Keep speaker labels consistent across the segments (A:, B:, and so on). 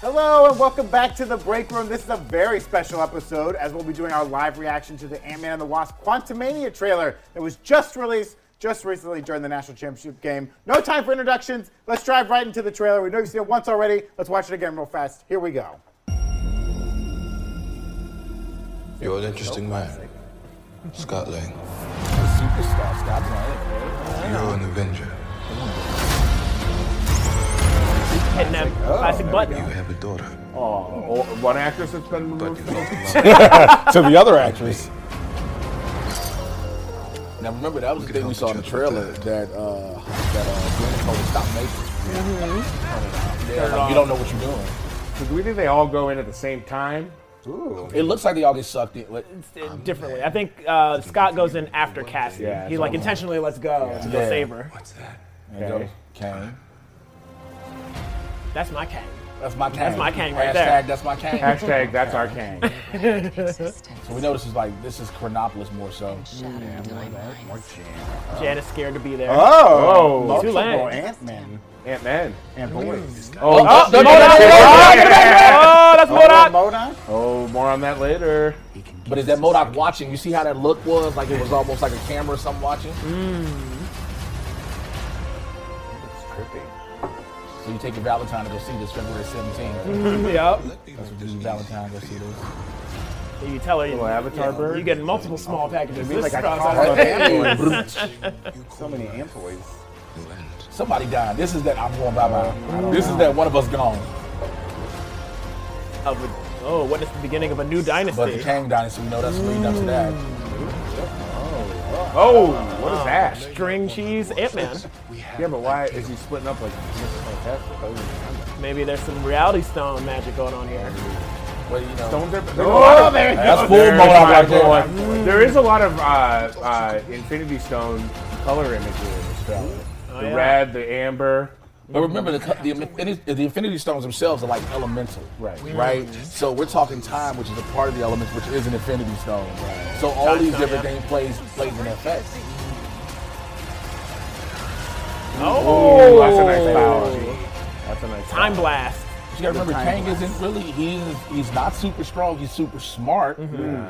A: Hello and welcome back to the break room. This is a very special episode as we'll be doing our live reaction to the Ant-Man and the Wasp Quantumania trailer that was just released just recently during the national championship game. No time for introductions. Let's dive right into the trailer. We know you've seen it once already. Let's watch it again real fast. Here we go.
B: You're an interesting man, Scott Lang.
C: Superstar Scott Lang.
B: You're an Avenger.
D: Kidnap,
E: Oh,
D: classic
B: You
D: button.
B: have a daughter,
C: Oh, one actress that's been
B: but
C: removed.
B: you love love.
F: to the other actress.
C: Now remember that was the
B: could
C: thing we
B: help
C: saw in the
B: each other
C: trailer
B: with
C: that uh that uh Glenn Cole stopped making. Yeah, like, you don't know what you're doing.
E: Do we think they all go in at the same time?
C: It looks like they all get sucked in. Like,
D: It's, uh, Differently, I think uh, Scott goes in after Cassie.
E: Yeah,
D: he like intentionally lets go to go
C: Yeah.
D: save her.
B: What's that?
C: okay. Kang.
D: That's my Kang.
C: That's my Kang.
D: my Kang right
C: Hashtag,
D: there.
C: That's my Kang.
E: Hashtag that's our Kang.
C: We know this is like this is Chronopolis more so.
D: Janice scared to be there.
E: Oh,
A: Multiple
D: Two lanes.
A: Ant-Man
E: Ant Man.
A: and boys.
E: Oh,
C: Oh, no, no, no, no,
D: Oh, that's
A: Hello,
D: what I.
A: Modok.
E: oh, more on that later.
C: But is that Modoc watching? You see how that look was? Like it was almost like a camera or something watching?
A: It's trippy.
C: So you take your Valentine to go see this February 17th.
D: Yep.
C: That's what you do, Valentine, go see this.
D: You tell her you,
E: Little Avatar
D: you,
E: bird.
D: you get multiple small packages.
A: It's
D: This
A: like I
D: sounds
A: caught
D: like-
A: up Ant-Boys.
B: You call
A: So many Ant-Boys.
B: no end.
C: Somebody dying. This is that I'm going bye bye. This is that one of us gone.
D: of a- oh, what is the beginning of a new
C: But the
D: dynasty?
C: Kang Dynasty, we know that's leading up to that.
D: Mm.
E: Oh, what is that?
D: String cheese Ant Man.
E: Yeah, but why is he splitting up like that?
D: Maybe there's some reality stone magic going on here.
C: But you know,
E: Stones are. Oh, there you
C: that's
E: go.
C: full
E: There's
C: mode
E: my
C: right there.
D: Mm.
E: boy. There is a lot of uh, uh, Infinity Stone color images in this trailer.
D: Oh,
E: The
D: yeah.
E: red, the amber.
C: But remember, the, the, Infinity- the Infinity Stones themselves are like elemental,
E: Right.
D: Mm.
C: Right. So we're talking time, which is a part of the elements, which is an Infinity Stone. So all
D: Time
C: these
D: stone,
C: different
D: yeah.
C: things plays plays in effect.
E: Ooh,
D: Oh,
E: that's a nice biology. That's a nice.
D: Time blast.
C: You gotta remember, Kang isn't really, he is, he's not super strong, he's super smart.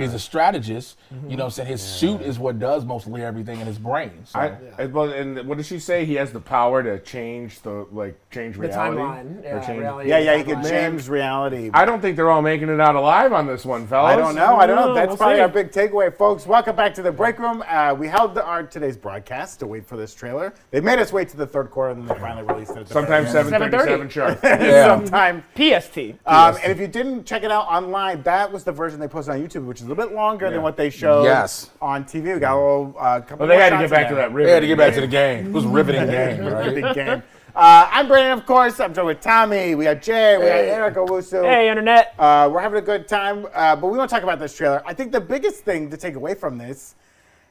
C: He's a strategist. You know what I'm saying? His suit is what does mostly everything in his brain. So.
E: I, I- well, and what did she say? He has the power to change the like change
D: The
E: reality.
D: timeline.
E: Or
D: Yeah,
E: change-
D: reality
A: Yeah, yeah, you
D: timeline.
A: can change reality.
E: I don't think they're all making it out alive on this one, fellas.
A: I don't know. I don't know.
D: No,
A: That's
D: we'll
A: probably
D: see.
A: our big takeaway, folks. Welcome back to the break room. Uh, we held the, our today's broadcast to wait for this trailer. They made us wait to the third quarter, and then they finally released it. At the
E: Sometimes
A: very end.
E: seven thirty-seven sharp.
A: Sometimes.
D: PST.
A: Um, and if you didn't check it out online, that was the version they posted on YouTube, which is a little bit longer than what they showed
C: Yes.
A: on TV. We got a little uh, couple.
E: But they
A: more
E: had to
A: shots
E: get back
A: in
E: to
A: there.
E: that river.
C: They had to get back to the game. It was a riveting game, right?
A: Big game. Uh, I'm Brandon, of course. I'm joined with Tommy. We have Jay. We
D: Hey.
A: have Erica Wusu.
D: Hey, internet.
A: Uh, we're having a good time, uh, but we want to talk about this trailer. I think the biggest thing to take away from this,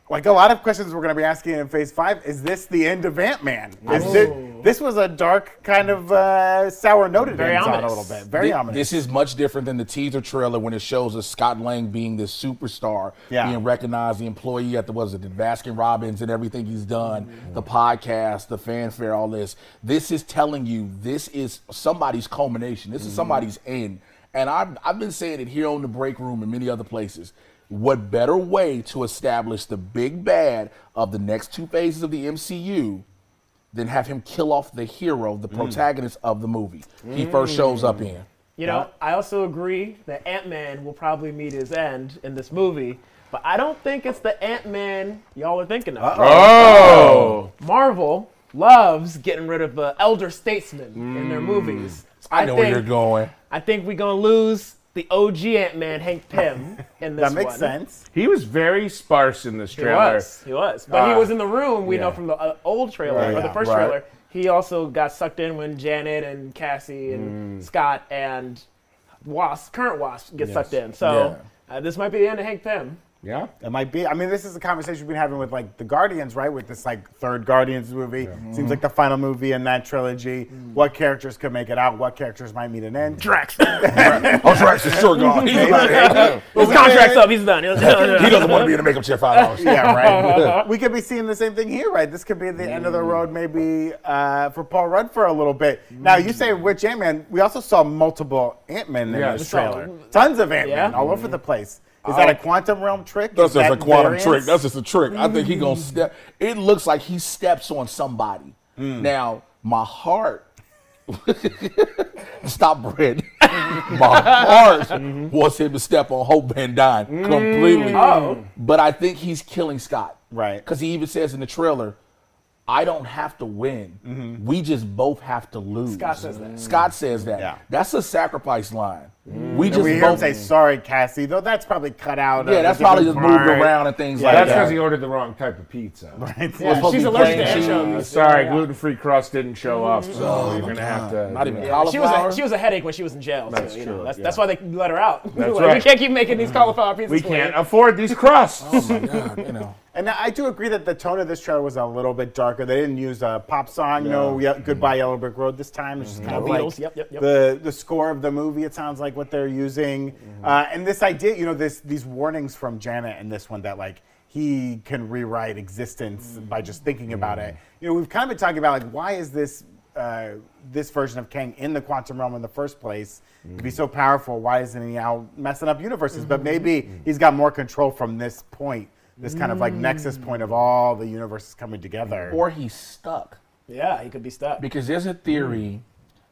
A: like a lot of questions we're going to be asking in Phase Five, is this the end of Ant Man? Is this,
D: Oh.
A: this was a dark kind of uh, sour note it
D: Very
A: ends on a
D: ominous.
A: little bit. Very
C: Thi-
A: ominous.
C: This is much different than the teaser trailer when it shows us Scott Lang being this superstar,
A: Yeah.
C: being recognized, the employee at the was it the Baskin Robbins and everything he's done, the podcast, the fanfare, all this. This is telling you this is somebody's culmination. This is somebody's end. And I've I've been saying it here on the break room and many other places. What better way to establish the big bad of the next two phases of the MCU than have him kill off the hero, the protagonist of the movie he first shows up in?
D: You know, I also agree that Ant Man will probably meet his end in this movie, but I don't think it's the Ant Man y'all are thinking of.
E: Oh,
D: Marvel loves getting rid of the elder statesmen in their movies.
C: Mm. I, know where you're going.
D: I think we're gonna lose the OG Ant Man, Hank Pym, in this
A: that makes
D: one.
A: sense.
E: he was very sparse in this
D: He
E: trailer.
D: was. He was. But
E: Uh,
D: he was in the room. We know
E: yeah.
D: from the uh, old trailer
A: Right,
D: or the
A: yeah,
D: first
E: right.
D: trailer. He also got sucked in when Janet and Cassie and
E: Mm.
D: Scott and Wasp, current Wasp, get sucked in. So uh, this might be the end of Hank Pym.
C: Yeah.
A: It might be. I mean, this is the conversation we've been having with like the Guardians, right? With this like third Guardians movie,
C: Mm-hmm.
A: seems like the final movie in that trilogy.
C: Mm.
A: What characters could make it out? What characters might meet an end?
D: Drax.
C: Oh, Drax is sure gone. He's about to-
D: His contract's up. He's done. He
C: he doesn't want to be in a makeup chair five hours.
A: yeah, right. we could be seeing the same thing here, right? This could be the end of
C: Mm.
A: the road, maybe uh, for Paul Rudd for a little bit. Now, you say Rich Ant Man. We also saw multiple Ant Man in
E: Yeah,
A: this
E: we saw-
A: trailer. Tons of Ant Man
D: Yeah.
A: all over the place. Is that a quantum realm trick?
C: Mm-hmm. Uh, That's
A: Is
C: just a
A: that
C: quantum
A: variance? Mm.
C: trick. That's just a trick. I think he gonna step. It looks like he steps on somebody.
A: Mm.
C: Now my heart. Stop, Brad. my heart
A: Mm-hmm.
C: wants him to step on Hope Van Dyne
A: Mm.
C: completely. But I think he's killing Scott.
A: Oh. Right.
C: Because he even says in the trailer, I don't have to win.
A: Mm-hmm.
C: We just both have to lose. Mm.
D: Scott says that.
C: Scott says that.
A: Yeah. Mm.
C: That's a sacrifice line. We just
A: we hear him
C: both.
A: say sorry, Cassie. Though that's probably cut out.
C: yeah,
A: of
C: that's
A: the
C: probably just
A: different
C: moved
A: part.
C: around and things like
E: That's
C: that.
E: because he ordered the wrong type of pizza.
D: Yeah, she's allergic to
E: Uh,
D: anchovies.
E: sorry,
D: Yeah.
E: gluten-free crust didn't show up, so you're gonna have to.
C: Not even
E: yeah.
C: cauliflower.
D: She was, a, she was a headache when she was in jail. Too,
E: That's
D: you
E: true,
D: know? that's,
E: yeah.
D: that's why they let her out.
E: That's
D: Like, We
E: right.
D: can't keep making these cauliflower pizzas.
E: We
D: for
E: can't
D: you.
E: afford these crusts.
D: Oh.
C: Oh you know.
A: And I do agree that the tone of this trailer was a little bit darker. They didn't use a pop song, no, Ye- Goodbye Yellow Brick Road this time. It's just kind of
D: Mm-hmm. Beatles,
A: like
D: yep, yep, yep.
A: the the score of the movie. It sounds like what they're using,
E: Mm-hmm.
A: uh, and this idea, you know, this these warnings from Janet in this one that like he can rewrite existence
E: Mm-hmm.
A: by just thinking about it. You know, we've kind of been talking about like why is this. Uh, this version of Kang in the quantum realm in the first place to
E: Mm-hmm.
A: be so powerful. Why isn't he out messing up universes? But maybe
E: Mm-hmm.
A: he's got more control from this point, this kind of like nexus point of
E: Mm-hmm.
A: all the universes coming together.
C: Or he's stuck.
D: Yeah, he could be stuck.
C: Because there's a theory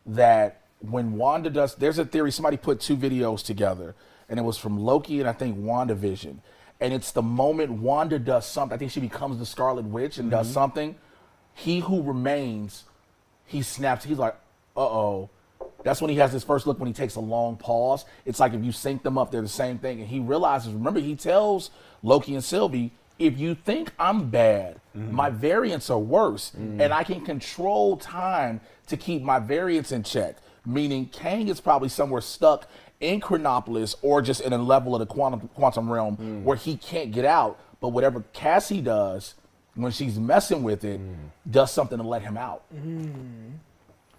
C: that when Wanda does, there's a theory, somebody put two videos together, and it was from Loki and I think WandaVision. And it's the moment Wanda does something, I think she becomes the Scarlet Witch and does something. He who remains, he snaps, he's like, uh oh. That's when he has his first look when he takes a long pause. It's like if you sync them up, they're the same thing. And he realizes, remember, he tells Loki and Sylvie, if you think I'm bad, my variants are worse. And I can control time to keep my variants in check. Meaning Kang is probably somewhere stuck in Chronopolis or just in a level of the quantum quantum realm where he can't get out. But whatever Cassie does when she's messing with it, does something to let him out.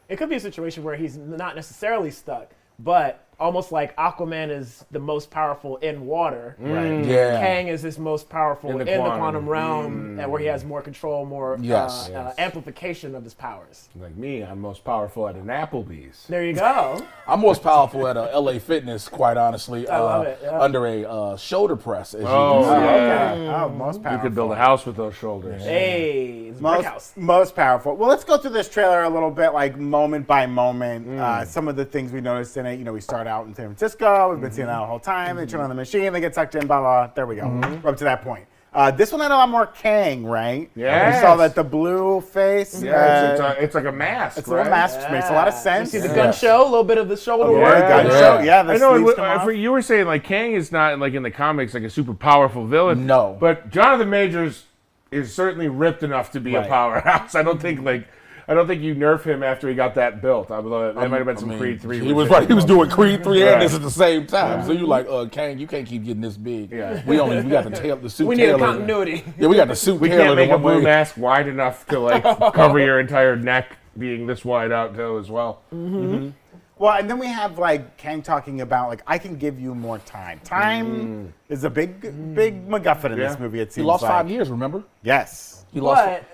D: It could be a situation where he's not necessarily stuck, but almost like Aquaman is the most powerful in water.
A: Right.
C: Yeah.
D: Kang is his most powerful in
E: In
D: the
E: the
D: quantum,
E: quantum.
D: realm, and where he has more control, more uh,
C: Yes.
D: uh, amplification of his powers.
E: Like me, I'm most powerful at an Applebee's.
D: There you go.
C: I'm most powerful at a LA Fitness, quite honestly.
D: I love
C: uh,
D: it, yeah.
C: Under a uh, shoulder press. As you
E: Oh,
C: can see.
E: yeah.
A: Okay. Oh, most powerful.
E: You could build a house with those shoulders.
D: hey, it's Brick House.
A: Most, most powerful. Well, let's go through this trailer a little bit, like moment by moment. Uh, some of the things we noticed in it. You know, we start out in San Francisco. We've been seeing that the whole time. They turn on the machine. They get sucked in. Blah blah. There we go. We're up to that point. Uh, this one had a lot more Kang, right? We saw
E: Yes.
A: that the blue face.
E: Yeah, it's,
A: uh,
E: it's, a, it's like a mask.
A: it's a little mask which makes a lot of sense.
D: You see the
C: Yeah.
D: gun show, a little bit of the shoulder
C: Oh,
A: Yeah,
D: work.
A: gun
C: Yeah.
A: show. Yeah, the
E: I know.
A: sleeves
E: It,
A: come
E: I,
A: off.
E: for- you were saying like Kang is not like in the comics like a super powerful villain.
C: No.
E: but Jonathan Majors is certainly ripped enough to be
C: Right.
E: a powerhouse. I don't think like I don't think you nerf him after he got that built. I believe that might have
C: Um,
E: been
C: I
E: some
C: mean,
E: Creed three.
C: He was right. He was
E: reshaping.
C: doing Creed three
E: Right.
C: and this at the same time. So you like, uh, Kang, you can't keep getting this big.
E: Yeah.
C: We only we got the tail, the suit.
D: We need a
C: tailored.
D: continuity.
C: Yeah, we got the suit.
E: We
C: tailored
E: can't make
C: in
E: a
C: one
E: blue
C: way.
E: mask wide enough to like cover your entire neck being this wide out though as well.
A: Well, and then we have like Kang talking about like I can give you more time. Time is a big, big MacGuffin in this
E: Yeah.
A: movie. It seems
C: He lost
A: like.
C: five years. Remember?
A: Yes.
C: He lost.
D: But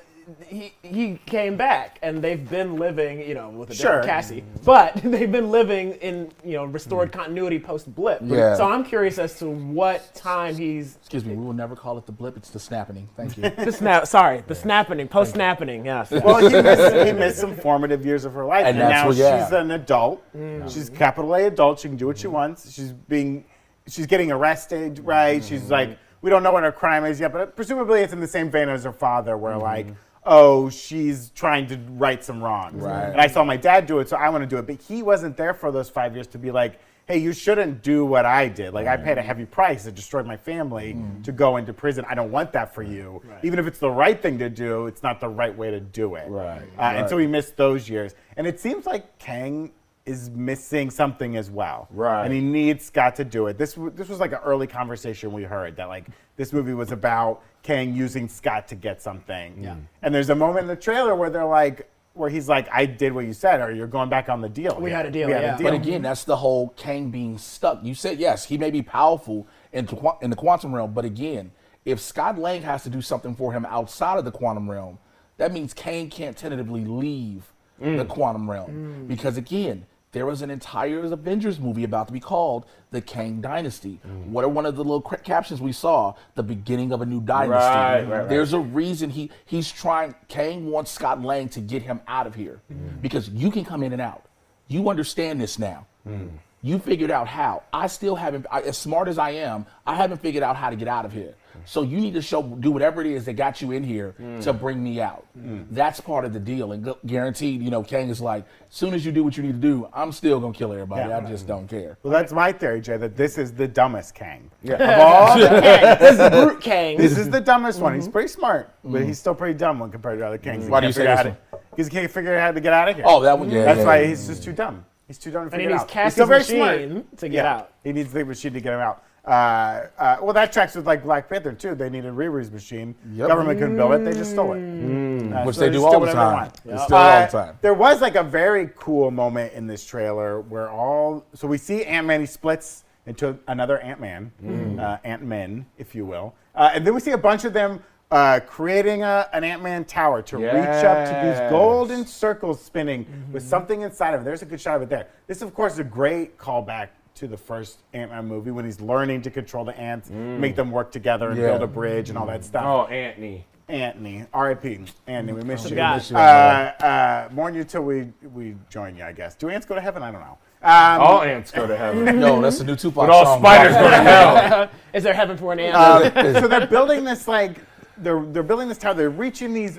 D: he he came back, and they've been living, you know, with a
A: Sure.
D: different Cassie. But they've been living in you know restored continuity post blip.
C: Yeah.
D: So I'm curious as to what time he's
C: Excuse me. We will never call it the blip. It's the snapping. Thank you.
D: the snap. Sorry, the snapping, post snapping. Yes.
A: Well, he missed, he missed some formative years of her life, and,
C: And that's
A: now
C: what- yeah.
A: she's an adult. She's capital A adult. She can do what she wants. She's being, she's getting arrested, right? She's like, we don't know what her crime is yet, but presumably it's in the same vein as her father, where like, oh, she's trying to right some wrongs.
C: Right.
A: And I saw my dad do it, so I want to do it. But he wasn't there for those five years to be like. Hey, you shouldn't do what I did. Like, I paid a heavy price. It destroyed my family to go into prison. I don't want that for you. Even if it's the Mm. right thing to do, it's not the right way to do it.
E: Right.
A: Uh, And so he missed those years. And it seems like Kang is missing something as well.
E: Right.
A: And he needs Scott to do it. This w- this was like an early conversation we heard that like this movie was about Kang using Scott to get something. Yeah. And there's a moment in the trailer where they're like where he's like, I did what you said, or you're going back on the deal.
D: We
A: here."
D: had a deal,
A: We had
D: yeah.
A: a
D: But
A: deal.
C: But again, that's the whole Kang being stuck. You said yes, he may be powerful in, tw- in the quantum realm, but again, if Scott Lang has to do something for him outside of the quantum realm, that means Kang can't tentatively leave
E: Mm.
C: the quantum realm because again, there was an entire Avengers movie about to be called the Kang Dynasty.
E: Mm.
C: What are one of the little cra- captions we saw? The beginning of a new dynasty.
E: Right, right, right.
C: There's a reason he he's trying. Kang wants Scott Lang to get him out of here
A: Mm.
C: because you can come in and out. You understand this now.
A: Mm.
C: You figured out how. I still haven't. I, as smart as I am, I haven't figured out how to get out of here.
A: Mm.
C: So you need to show, do whatever it is that got you in here to bring me out.
A: Mm.
C: That's part of the deal, and gu- guaranteed. You know, Kang is like, soon as you do what you need to do, I'm still gonna kill everybody.
A: Yeah.
C: I just don't care.
A: Well, that's my theory, Jay, that this is the dumbest Kang. Of all the Kangs,
D: This is Brute Kang.
A: this is the dumbest one. He's pretty smart, but he's still pretty dumb when compared to other Kangs.
C: Why do you say this
A: Because he can't figure out how to get out of here.
C: Oh, that one. Yeah,
A: That's
C: yeah,
A: why
C: yeah.
A: he's just too dumb. He's too dumb to
D: And he
A: figure it
D: needs
A: out.
D: Cassie's
A: he's still very
D: machine
A: smart
D: to get out.
A: He needs the machine to get him out. Uh, uh, well, that tracks with like Black Panther too. They needed Riru's machine.
C: Yep. Mm.
A: Government couldn't build it; they just stole it, Uh,
C: Which
A: so
C: they do
A: just
C: all
A: do
C: the
A: whatever
C: time.
A: want. Uh,
C: They still all the time.
A: There was like a very cool moment in this trailer where all so we see Ant Man. He splits into another Ant Man,
C: Mm.
A: uh, Ant Men, if you will, uh, and then we see a bunch of them. Uh, creating a, an Ant-Man tower to reach up to these
E: Yes.
A: golden circles spinning with something inside of it. There's a good shot of it there. This, of course, is a great callback to the first Ant-Man movie when he's learning to control the ants, make them work together and
C: Yeah.
A: build a bridge and all that stuff.
E: Oh, Antony.
A: Anthony, R.I.P. Anthony, we miss you.
D: God. Miss
A: Uh,
D: you,
A: uh, mourn you till we, we join you, I guess. Do ants go to heaven? I don't know. Um,
E: All ants go to heaven.
C: Yo, that's the new Tupac
E: But all
C: song.
E: spiders go to hell.
D: is there heaven for an ant?
A: so they're building this like they're they're building this tower. They're reaching these.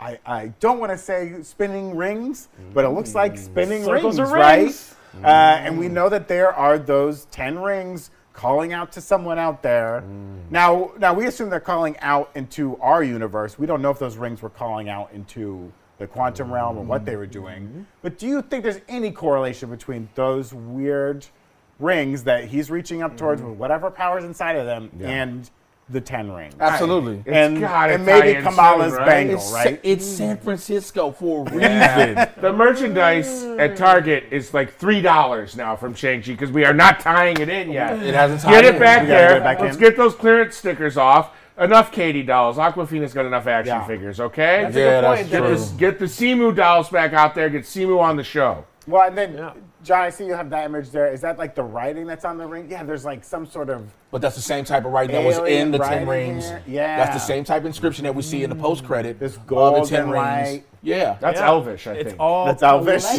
A: I, I don't want to say spinning rings, but it looks like spinning
D: Circles
A: rings,
D: are rings.
A: right? Uh, and we know that there are those ten rings calling out to someone out there.
E: Mm.
A: Now, now we assume they're calling out into our universe. We don't know if those rings were calling out into the quantum realm or what they were
E: Mm-hmm.
A: doing. But do you think there's any correlation between those weird rings that he's reaching up towards
E: Mm-hmm.
A: with whatever powers inside of them and the ten rings?
C: Absolutely.
A: and,
E: gotta
A: and maybe
E: tie in
A: Kamala's
E: soon, right?
A: bangle,
C: It's,
A: right?
C: it's San Francisco for a reason.
E: the merchandise at Target is like three dollars now from Shang-Chi because we are not tying it in yet.
C: It hasn't
E: Get
C: tied
E: it
C: in.
E: back
A: We gotta
E: there.
A: get it back
E: Let's
A: in.
E: get those clearance stickers off. Enough Katie dolls. Aquafina's got enough action
A: Yeah.
E: figures, okay?
D: a good
C: yeah, that's
D: point.
E: Get,
D: That
C: true.
E: this, get the Simu dolls back out there. Get Simu on the show.
A: Well, and then
D: Yeah.
A: John, I see you have that image there. Is that like the writing that's on the ring? Yeah, there's like some sort of
C: But that's the same type of writing that was
A: Alien
C: in the
A: writing
C: Ten Rings.
A: here. Yeah.
C: That's the same type of inscription that we see in the post credit.
A: This
C: of
A: golden light.
C: Yeah.
E: That's
D: Yeah.
E: Elvish, I
D: it's
E: think.
D: all
A: that's Elvish.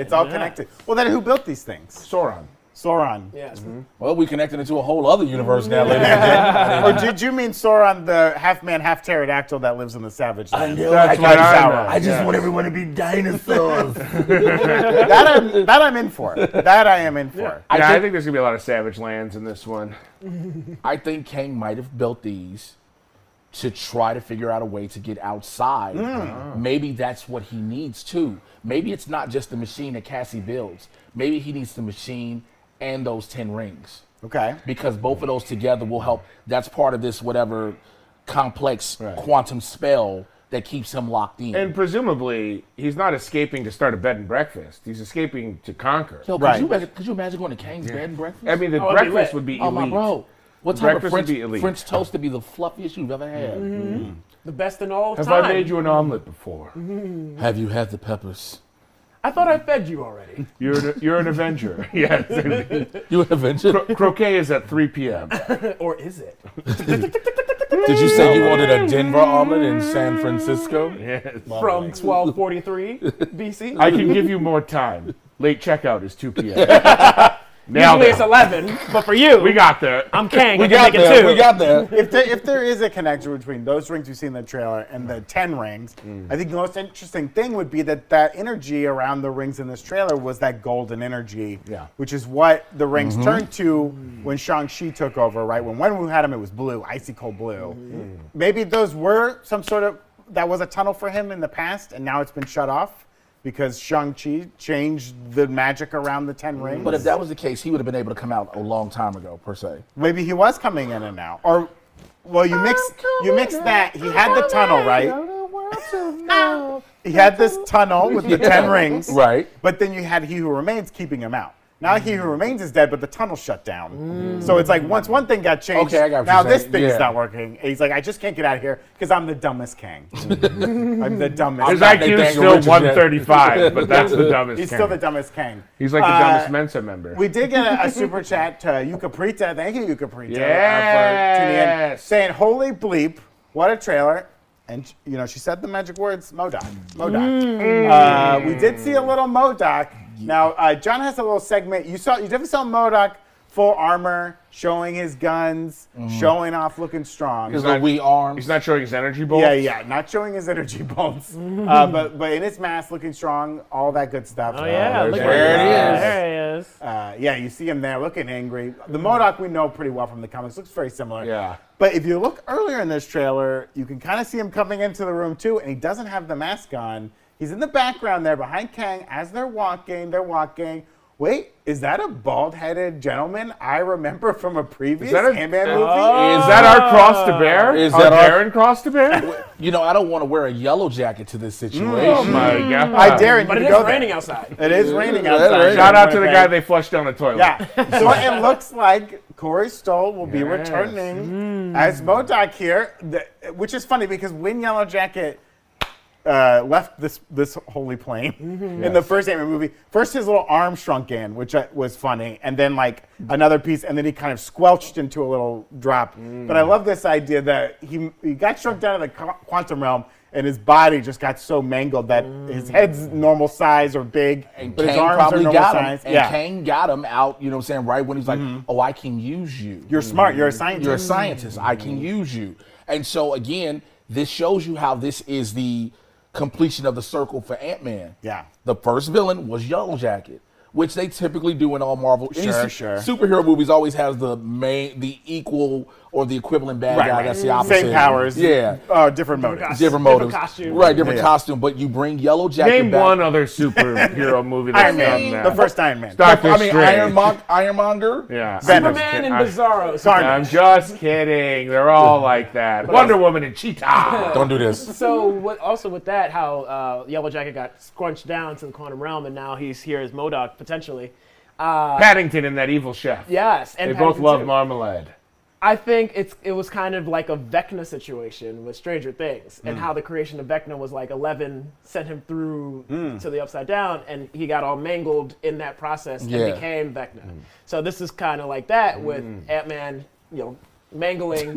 A: it's all
D: yeah.
A: connected. Well, then who built these things?
E: Sauron.
A: Sauron.
D: Yes.
C: well, we connected into a whole other universe now, ladies and
A: or did you mean Sauron, the half man, half pterodactyl that lives in the savage? Land?
C: gentlemen.
E: That's what I know.
C: I just want everyone to be dinosaurs.
A: that, I'm, that I'm in for. That I am in for.
E: Yeah, I
C: think-
E: think there's gonna be a lot of Savage Lands in this one.
C: I think Kang might have built these to try to figure out a way to get outside.
E: Mm.
C: Maybe that's what he needs too. Maybe it's not just the machine that Cassie builds. Maybe he needs the machine and those 10 rings.
A: Okay.
C: because both of those together will help. That's part of this whatever complex quantum spell that keeps him locked in.
E: And presumably, he's not escaping to start a bed and breakfast. He's escaping to conquer.
C: Yo, could,
A: Right.
C: you imagine, could you imagine going to Kang's bed and breakfast?
E: I mean, the
D: Oh, that'd be lit.
E: breakfast would be elite.
C: oh my bro, what type of
E: Breakfast would
C: French,
E: be elite. Mm-hmm.
C: French toast to be the fluffiest you've ever had?
D: The best in all
E: Have
D: time.
E: I made you an omelet before?
C: Have you had the peppers?
D: I thought I fed you already.
E: You're an, you're an Avenger. yes.
C: You have injured.
E: Croquet is at 3 p.m.
D: or is it?
F: Did you say you wanted a Denver omelet in San Francisco?
E: Yes.
D: From 1243 BC?
E: I can give you more time. Late checkout is 2 p.m. now
D: Usually it's 11, but for you,
E: we got there.
D: I'm Kang. I
F: We
D: can
F: got
D: make it
F: there.
D: two.
F: We got there.
A: if, there, if there is a connection between those rings we see in the trailer and the 10 rings, I think the most interesting thing would be that that energy around the rings in this trailer was that golden energy,
E: Yeah.
A: which is what the rings turned to when Shang-Chi took over, right? When Wenwu had him, it was blue, icy cold blue. Maybe those were some sort of, that was a tunnel for him in the past, and now it's been shut off. because Shang-Chi changed the magic around the Ten Rings.
C: But if that was the case, he would have been able to come out a long time ago, per se.
A: Maybe he was coming in and now. Or, well, you mix you mix that. He had the tunnel, right? He had this tunnel with the Ten Rings.
C: Right. Mm.
A: But then you had He Who Remains keeping him out. Now He Who Remains is dead, but the tunnel shut down. So it's like once one thing got changed,
C: Okay, I got what
A: now
C: you're
A: this
C: saying.
A: thing's
C: Yeah.
A: not working. And he's like, I just can't get out of here because I'm the dumbest king. I'm the dumbest.
E: His
C: not Nathan
E: IQ is still
C: Richards yet.
E: 135, but that's the dumbest.
A: He's
E: king.
A: still the dumbest king.
E: He's like the
A: Uh,
E: dumbest Mensa member.
A: We did get a, a super chat to Yuka Prita. Thank you, Yuka Prita, uh, for tuning in.
E: Yes.
A: Saying, holy bleep, what a trailer. And, you know, she said the magic words, Modoc. Modoc.
D: Mm.
A: Uh, we did see a little Modoc. Now, uh, John has a little segment. You saw, you definitely saw Modoc full armor, showing his guns,
D: Mm-hmm.
A: showing off, looking strong.
C: His little wee arms.
E: He's not showing his energy bolt.
A: Yeah, yeah, not showing his energy bolts, uh, but but in his mask, looking strong, all that good stuff.
D: Oh yeah, look
C: There
D: at
C: it
D: that.
C: is.
D: There he is.
A: Uh, yeah, you see him there looking angry. The Modoc we know pretty well from the comics looks very similar.
E: Yeah.
A: But if you look earlier in this trailer, you can kind of see him coming into the room too, and he doesn't have the mask on. He's in the background there behind Kang as they're walking. They're walking. Wait, is that a bald-headed gentleman I remember from a previous
E: that a-
A: Ant-Man
E: uh,
A: movie?
E: Is that our cross to bear?
C: Is
E: our
C: that our-
E: Baron cross to bear?
C: You know, I don't want to wear a yellow jacket to this situation.
E: oh my god!
A: I dare you
D: But
A: to
D: it
A: go
D: is
A: there.
D: raining outside.
A: It is raining
C: Yeah, it
A: outside.
C: is.
E: Shout out to the
A: Winnipeg.
E: guy they flushed down the toilet.
A: Yeah. So it looks like Corey Stoll will be
E: Yes.
C: Hmm.
A: returning as Modoc here, the, which is funny because when Yellow Jacket uh, left this this holy plane
C: Mm-hmm.
A: in the first Ant-Man movie, first his little arm shrunk in, which uh, was funny, and then like another piece, and then he kind of squelched into a little drop.
C: Mm.
A: But I love this idea that he he got shrunk down to the qu- quantum realm. And his body just got so mangled that his head's normal size or big,
C: Mm. And
A: but
C: Kang
A: his arms
C: probably
A: are normal
C: got him.
A: size.
C: And Kang got him out, you know what I'm saying, right when he's like, oh, I can use you.
A: You're smart. You're a scientist.
C: Mm-hmm. You're a scientist. I can use you. And so again, this shows you how this is the completion of the circle for Ant Man.
A: Yeah.
C: The first villain was Yellow Jacket, which they typically do in all Marvel. any
A: Sure,
C: su-
A: sure.
C: Superhero movies always has the main, the equal or the equivalent bad guy. That's the opposite.
A: Same powers.
C: Yeah.
A: Uh, different motives.
C: Different
D: Different
C: motives,
D: costume.
C: right? Different
A: Yeah.
C: costume, but you bring Yellow Jacket
E: Name
C: back.
E: one other superhero movie that's
A: Iron
E: done
A: Man.
E: that.
A: The first Iron Man.
E: Doctor
C: I mean,
E: Strange.
C: Ironmon- Ironmonger.
A: Venom.
E: Yeah. I'm just
D: Superman
E: kidding.
D: and
E: I-
D: Bizarro.
A: Sorry.
E: I'm just kidding. They're all like that. Wonder Woman and Cheetah.
F: Don't do this.
D: So what, also with that, how uh, Yellow Jacket got scrunched down to the quantum realm, and now he's here as Modoc potentially. Uh,
E: Paddington and that evil chef.
D: yes, and
E: They both
D: Paddington
E: love
D: too.
E: marmalade.
D: I think it's it was kind of like a Vecna situation with Stranger Things,
C: Hmm.
D: and how the creation of Vecna was like Eleven sent him through
C: Hmm.
D: to the Upside Down, and he got all mangled in that process
C: Yeah. Hmm.
D: and became Vecna. So this is kind of like that with Ant Man, you know, mangling.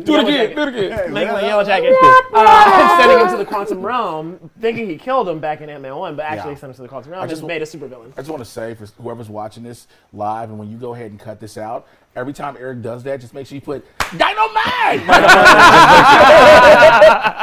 C: Do it
D: Yellow
C: again.
D: Jacket-
C: Do it again.
D: Mangling Yellow Jacket, uh, sending him to the quantum realm, thinking he killed him back in Ant Man One, but actually
C: Yeah.
D: sent him to the quantum realm.
C: just
D: Just
C: w-
D: made a supervillain.
C: I just want to say for whoever's watching this live, and when you go ahead and cut this out, every time Eric does that, just make sure you put dynamite.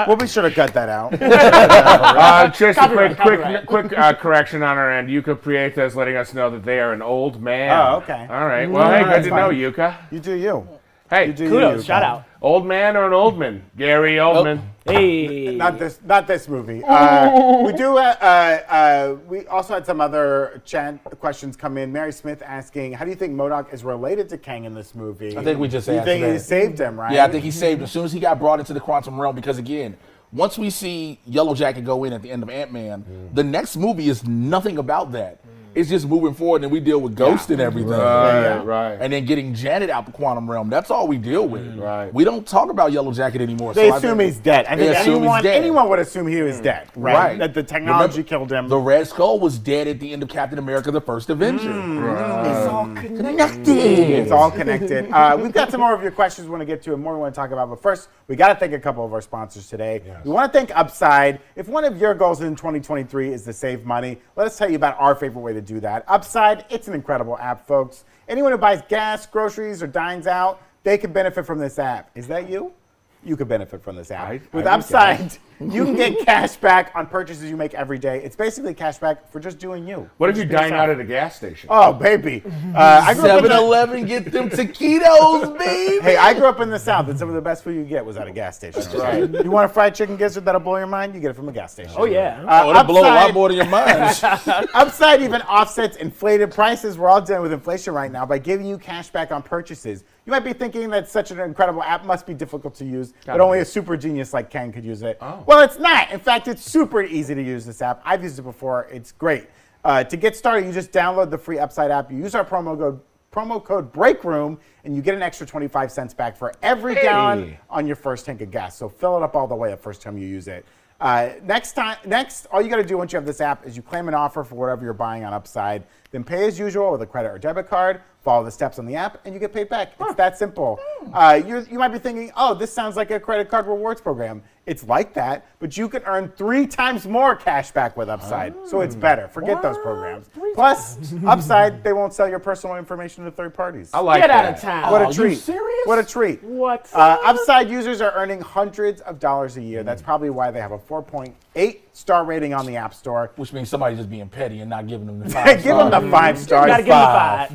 A: Well, we should have cut that out.
E: Uh, just a
D: Copyright,
E: quick, quick,
D: copyright.
E: quick uh, correction on our end. Yuka Prieta is letting us know that they are an old man.
A: Oh, okay.
E: All right. Well, hey, good
A: that's
E: to know,
A: fine.
E: Yuka.
A: you do you.
E: Hey,
A: You do
D: Kudos,
A: you.
D: shout out.
E: old man or an old man? Gary Oldman.
D: Hey,
A: Not this. Not this movie. Uh, we do. Uh, uh, uh, we also had some other chat questions come in. Mary Smith asking, "How do you think Modoc is related to Kang in this movie?"
C: I think we just
A: You
C: asked
A: think
C: that.
A: he saved him, right?
C: Yeah, I think he saved as soon as he got brought into the quantum realm because again, once we see Yellow Jacket go in at the end of Ant Man, the next movie is nothing about that. It's just moving forward and we deal with Ghost and everything.
A: yeah.
E: right.
C: And then getting Janet out the quantum realm. That's all we deal with.
E: Right.
C: We don't talk about Yellow Jacket anymore.
A: They
C: so I
A: assume
C: think-
A: he's dead. I
C: They
A: think
C: assume he's
A: anyone,
C: dead.
A: anyone would assume he
D: Hmm.
A: was dead, right?
C: Right.
A: That the technology
C: Remember,
A: killed him.
C: The Red Skull was dead at the end of Captain America: The First Avenger.
A: Mm.
D: it's all connected.
A: It's all connected. Uh, we've got some more of your questions we want to get to and more we want to talk about. But first, we got to thank a couple of our sponsors today. We want to thank Upside. If one of your goals in 2023 is to save money, let us tell you about our favorite way to do that. Upside, it's an incredible app, folks. Anyone who buys gas, groceries, or dines out, they can benefit from this app. Is that you? you could benefit from this app.
E: I-
A: With
E: I would
A: Upside, you can get cash back on purchases you make every day. It's basically cash back for just doing you.
E: What if you're dying out at a gas station?
A: Oh, baby. Uh, I grew up in
C: 7
A: the,
C: Eleven, get them taquitos, baby.
A: hey, I grew up in the South, and some of the best food you get was at a gas station. That's right. You want a fried chicken gizzard that'll blow your mind? You get it from a gas station.
D: Oh yeah.
A: Uh,
F: Oh, that blow a lot
A: Upside-
F: more than your mind.
A: Upside even offsets inflated prices. We're all dealing with inflation right now by giving you cash back on purchases. You might be thinking that such an incredible app must be difficult to use, but only a super genius like Ken could use it. Well, it's not. In fact, it's super easy to use this app. I've used it before. It's great. Uh, to get started, you just download the free Upside app. You use our promo code promo code breakroom and you get an extra 25 cents back for every gallon on your first tank of gas. So fill it up all the way the first time you use it. Uh, next time, next, all you got to do once you have this app is you claim an offer for whatever you're buying on Upside, then pay as usual with a credit or debit card. Follow the steps on the app, and you get paid back. It's that simple. Uh, you you might be thinking, oh, this sounds like a credit card rewards program. It's like that, but you can earn three times more cash back with Upside, so it's better. Forget those programs. Plus, Upside, they won't sell your personal information to third parties.
E: I like
D: Get
E: that.
D: out of town.
A: What
C: Are
A: a
C: you
A: treat.
C: serious?
A: What a treat.
D: What?
A: Uh, upside users are earning hundreds of dollars a year. That's probably why they have a 4.8 star rating on the App Store.
C: Which means somebody's just being petty and not giving them the
A: Hey,
C: five.
A: give them the five stars.
D: Gotta give them the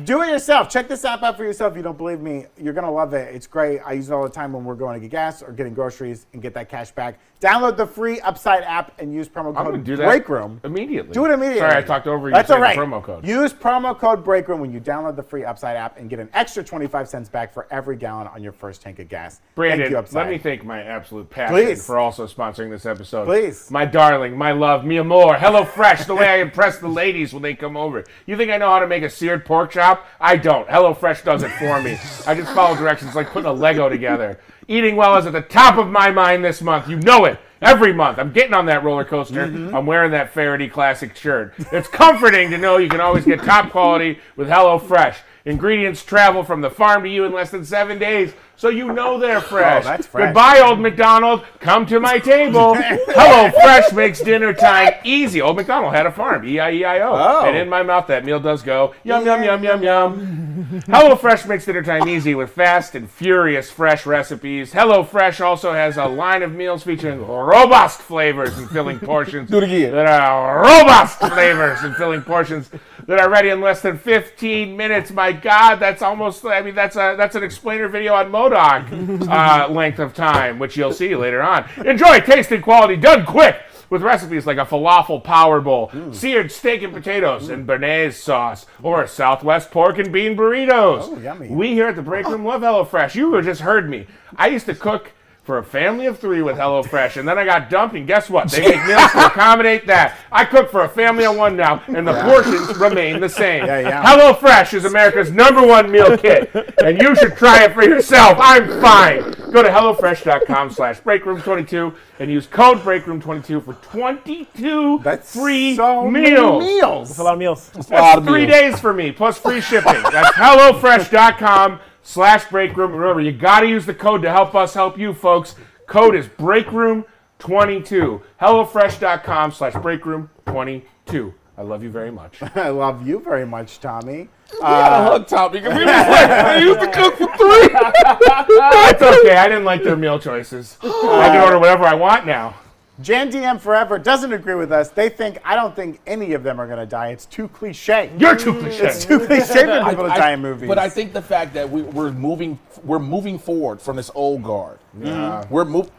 D: five.
A: Do it yourself. Check this app out for yourself. If you don't believe me, you're gonna love it. It's great. I use it all the time when we're going to get gas or getting groceries and get that cash back. Download the free Upside app and use promo
E: I'm
A: code
E: gonna do that
A: Break Room.
E: immediately.
A: Do it immediately.
E: Sorry, I talked over you.
A: That's all
E: saying the
A: right.
E: Promo code.
A: Use promo code Breakroom when you download the free Upside app and get an extra 25 cents back for every gallon on your first tank of gas.
E: Brandon,
A: Thank you, Upside.
E: let me thank my absolute passion
A: Please.
E: for also sponsoring this episode.
A: Please.
E: My darling, my love, Mia Moore, Hello Fresh, the way I impress the ladies when they come over. You think I know how to make a seared pork chop? I don't. Hello Fresh does it for me. I just follow directions like putting a Lego together. Eating well is at the top of my mind this month. You know it. Every month, I'm getting on that roller coaster.
A: Mm-hmm.
E: I'm wearing that Faraday Classic shirt. It's comforting to know you can always get top quality with HelloFresh. Ingredients travel from the farm to you in less than seven days, so you know they're fresh.
A: Oh, that's fresh.
E: Goodbye, old McDonald. Come to my table. Hello Fresh makes dinner time easy. Old McDonald had a farm. E I E I O.
A: Oh.
E: And in my mouth, that meal does go yum yum yum yum yum. HelloFresh makes dinner time easy with fast and furious fresh recipes. HelloFresh also has a line of meals featuring robust flavors and filling portions. Do it
F: again.
E: That are robust flavors and filling portions that are ready in less than 15 minutes. My God, that's almost, I mean, that's a that's an explainer video on Modoc uh, length of time, which you'll see later on. Enjoy taste and quality done quick with recipes like a falafel power bowl, seared steak and potatoes, and béarnaise sauce, or Southwest pork and bean burritos.
A: Oh, yummy.
E: We here at the break room love HelloFresh. You just heard me. I used to cook for a family of three with HelloFresh, and then I got dumped, and guess what? They make meals to accommodate that. I cook for a family of one now, and the portions remain the same.
A: Yeah, yeah.
E: HelloFresh is America's number one meal kit, and you should try it for yourself. I'm fine. Go to HelloFresh.com slash breakroom22 and use code breakroom22 for 22
A: That's
E: free
A: so many
E: meals.
A: meals.
D: a lot of meals.
E: That's three days for me, plus free shipping. That's HelloFresh.com slash breakroom. Remember, you got to use the code to help us help you, folks. Code is breakroom22. HelloFresh.com slash breakroom22. I love you very much.
A: I love you very much, Tommy.
F: Hug topic. We was like, I used to cook for three.
E: That's okay. I didn't like their meal choices. I can order whatever I want now.
A: Jan DM Forever doesn't agree with us. They think, I don't think any of them are going to die. It's too cliche.
E: You're too cliche.
A: It's too cliche for people to
C: I-
A: die in movies.
C: But I think the fact that we, we're moving we're moving forward from this old guard. We're moving.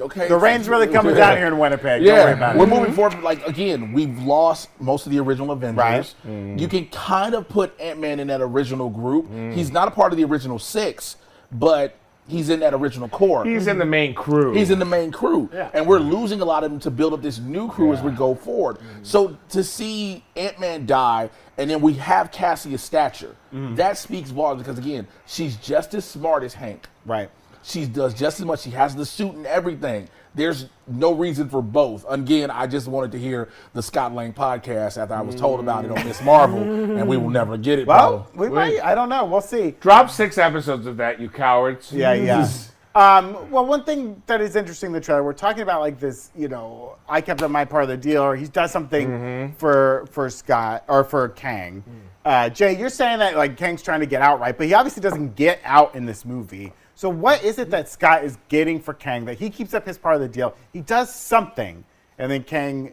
C: Okay.
A: the rain's really coming down here in Winnipeg. Don't worry
C: Yeah,
A: about
C: we're
A: it. Mm-hmm.
C: moving forward. Like again, we've lost most of the original Avengers.
A: Right. Mm.
C: You can kind of put Ant Man in that original group. He's not a part of the original six, but he's in that original core.
E: He's in the main crew.
C: He's in the main crew,
D: Yeah.
C: and we're losing a lot of them to build up this new crew as we go forward.
A: Mm.
C: So to see Ant Man die, and then we have Cassia's stature,
A: Mm.
C: that speaks volumes because again, she's just as smart as Hank.
A: Right.
C: She does just as much. She has the suit and everything. There's no reason for both. Again, I just wanted to hear the Scott Lang podcast after I was told about it on Miss Marvel, and we will never get it.
A: Well,
C: probably.
A: we might. I don't know. We'll see.
E: Drop six episodes of that, you cowards.
A: Yeah, yeah. Um, well, one thing that is interesting in the trailer, we're talking about like this, you know, I kept up my part of the deal, or he does something for for Scott or for Kang. Uh, Jay, you're saying that like Kang's trying to get out, right? But he obviously doesn't get out in this movie. So what is it that Scott is getting for Kang that he keeps up his part of the deal? He does something, and then Kang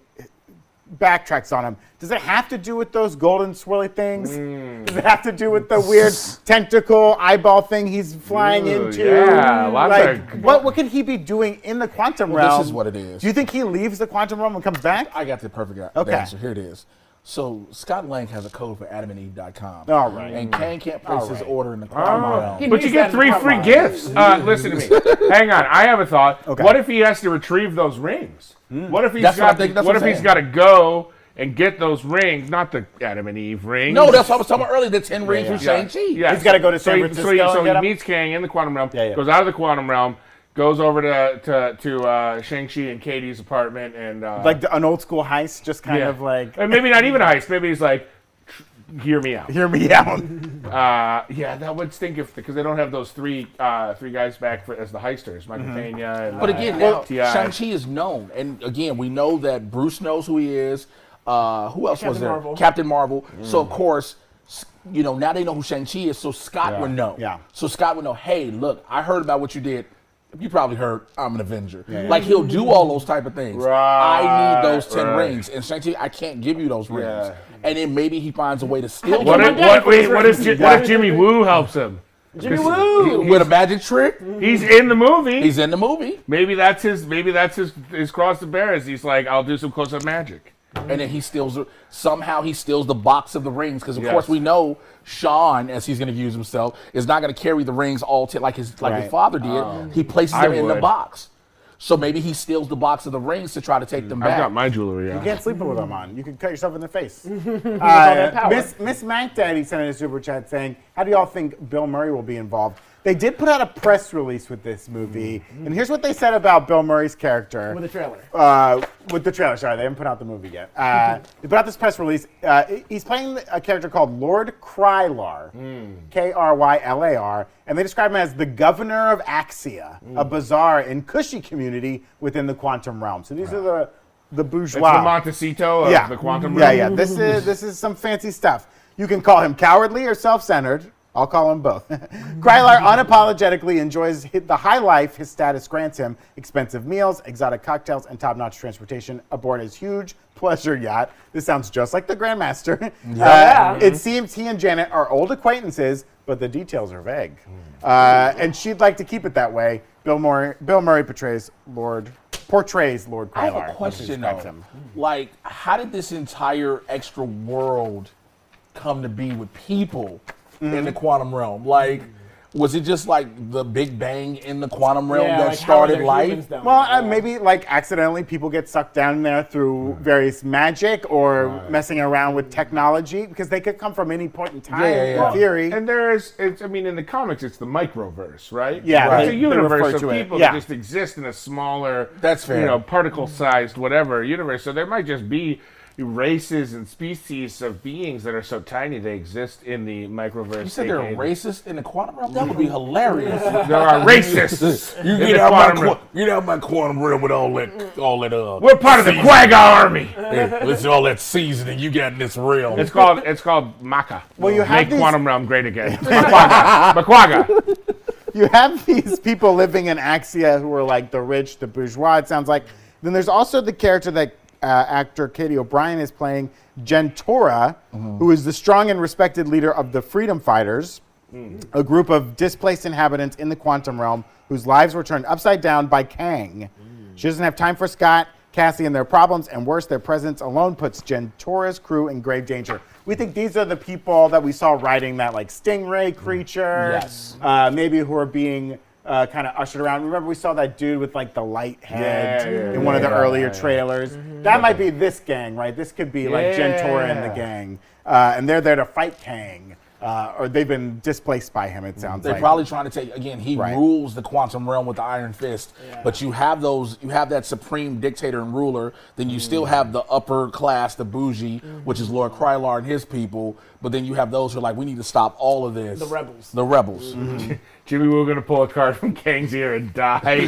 A: backtracks on him. Does it have to do with those golden swirly things?
E: Hmm.
A: Does it have to do with the weird tentacle eyeball thing he's flying
E: Ooh,
A: into?
E: yeah, lots
A: like,
E: of-
A: what what could he be doing in the quantum
C: Well, this
A: realm?
C: is what it is.
A: Do you think he leaves the quantum realm and comes back?
C: I got the perfect a-
A: Okay.
C: answer. Here it is. So Scott Lang has a code for adamandeve.com.
A: All right.
C: And Kang can't place his
A: right.
C: order in the quantum realm.
D: He
E: But you
D: needs
E: get
D: that
E: three
D: in the
E: free
D: hotline.
E: gifts. Uh, listen to me. Hang on, I have a thought.
A: Mm. Okay. Mm.
E: What if he has to retrieve those rings? What if he's
C: That's what
E: got?
C: I'm thinking-
E: what
C: that's what
E: if
C: I'm
E: he's
C: saying.
E: got to go and get those rings? Not the Adam and Eve rings.
C: No, that's what I was talking about earlier. The ten rings from Shang-Chi.
E: Yeah,
A: He's gotta go to
E: so
A: San
E: he- So he,
A: Francisco and
E: so he
A: get 'em?
E: meets Kang in the quantum realm.
A: Yeah, yeah.
E: Goes out of the quantum realm. Goes over to to, to uh, Shang Chi and Katie's apartment and uh,
A: Like the- an old school heist, just kind
E: yeah.
A: of like
E: And maybe not even a heist. Maybe he's like, "Tr- hear me out.
A: hear me out.
E: Uh, yeah, that would stink if because they don't have those three uh, three guys back for, as the heisters, Michael Pena. And,
C: But
E: uh,
C: again, now
E: T.I..
C: Shang-Chi is known. And again, we know that Bruce knows who he is. Uh, who else was
D: Captain
C: there?
D: Marvel.
C: Captain Marvel. So,
E: Mm.
C: of course, s- you know, now they know who Shang-Chi is. So, Scott would know.
A: Yeah.
C: So, Scott would know, hey, look, I heard about what you did. You probably heard I'm an Avenger. Like he'll do all those type of things. I
E: Right,
C: need those ten
E: right.
C: rings, and Shang-Chi, I can't give you those rings.
E: Yeah.
C: And then maybe he finds a way to steal
E: What
C: them
E: if,
D: My dad
E: what, wait,
D: was
E: what, if,
D: raised-
E: Ji- what if Jimmy Woo helps him?
D: Jimmy
E: 'Cause
D: Woo.
C: with a magic trick.
E: He's in the movie.
C: He's in the movie,
E: maybe that's his. Maybe that's his. His cross to bear is he's like, I'll do some close up magic.
C: and then he steals somehow he steals the box of the rings because of
E: Yes.
C: course we know Sean, as he's going to use himself, is not going to carry the rings all t- like his like
A: Right.
C: his father did. He places
E: I
C: them in the
E: would.
C: box. So maybe he steals the box of the rings to try to take them
E: I've
C: back.
E: got my jewelry
A: You
E: on.
A: can't sleep with them on. You could cut yourself in the face.
D: that
A: uh,
D: power.
A: Miss Miss Mac Daddy sent in a super chat saying, "How do y'all think Bill Murray will be involved?" They did put out a press release with this movie, and here's what they said about Bill Murray's character
D: Mm-hmm. With a trailer.
A: uh, with the trailer. Sorry, they haven't put out the movie yet. Uh, they put out this press release. Uh, he- he's playing a character called Lord Krylar, K R Y L A R, and they describe him as the governor of Axia, a bizarre and cushy community within the quantum realm. So these are the the
E: It's
A: bourgeois.
E: the Montecito of the quantum
A: Yeah,
E: realm.
A: yeah. This is this is some fancy stuff. You can call him cowardly or self-centered. I'll call him both. Krylar unapologetically enjoys hi- the high life his status grants him: expensive meals, exotic cocktails, and top-notch transportation aboard his huge pleasure yacht. This sounds just like the Grandmaster. Uh, It seems he and Janet are old acquaintances, but the details are vague,
E: Hmm.
A: uh, and she'd like to keep it that way. Bill Murray, Bill Murray portrays Lord portrays Lord Krylar.
C: I have a
A: That's what
C: question
A: describes
C: though. Like, how did this entire extra world come to be with people in the quantum realm? Like, was it just like the Big Bang in the quantum realm
D: Yeah,
C: that
D: like, how are
C: started
D: there
C: life?
D: humans down
A: Well,
D: there?
A: uh, maybe like accidentally people get sucked down there through various magic or messing around with technology because they could come from any point in time
C: yeah, yeah.
A: in theory.
E: And there is, it's, I mean, in the comics, it's the microverse, right?
A: Yeah,
E: it's
A: they-
E: a
A: they
E: universe
A: refer
E: of
A: to it,
E: people
A: yeah.
E: that just exist in a smaller,
C: That's fair.
E: you know, particle-sized, whatever universe. So there might just be races and species of beings that are so tiny they exist in the microverse.
C: You said they're
E: aka
C: racist in the quantum realm? That would be hilarious.
E: There are racists.
C: you
E: in
C: get
E: the
C: out my
E: quantum realm.
C: qua- get out my quantum realm with all that all that uh
E: We're part of the Quagga army.
C: it's all that seasoning you got in this realm.
E: It's called it's called Maka. Well,
A: you have
E: make
A: these-
E: quantum realm great again. Makwaga. Makwaga.
A: you have these people living in Axia who are like the rich, the bourgeois, it sounds like. Then there's also the character that uh, actor Katie O'Brien is playing, Gentora, who is the strong and respected leader of the Freedom Fighters, a group of displaced inhabitants in the quantum realm whose lives were turned upside down by Kang. She doesn't have time for Scott, Cassie, and their problems, and worse, their presence alone puts Gentora's crew in grave danger. We think these are the people that we saw riding that like stingray creature
C: Yes.
A: uh, maybe who are being uh, kind of ushered around. Remember, we saw that dude with like the light head
E: Yeah, yeah,
A: in one of the
E: yeah, Mm-hmm.
A: earlier
E: yeah, yeah.
A: trailers. That might be this gang, right? This could be like Gentora and the
E: Yeah.
A: gang, uh, and they're there to fight Kang, uh, or they've been displaced by him.
E: Mm-hmm.
A: It sounds
C: They're
A: like.
C: probably trying to take again. He
A: Right.
C: rules the quantum realm with the iron fist, but you have those. You have that supreme dictator and
E: Mm-hmm.
C: ruler. Then you still have the upper class, the bougie, which is Lord Krylar and his people. But then you have those who are like, we need to stop all of this.
D: The rebels.
C: The rebels.
E: Mm-hmm. Jimmy, we were gonna pull a card from Kang's ear and die.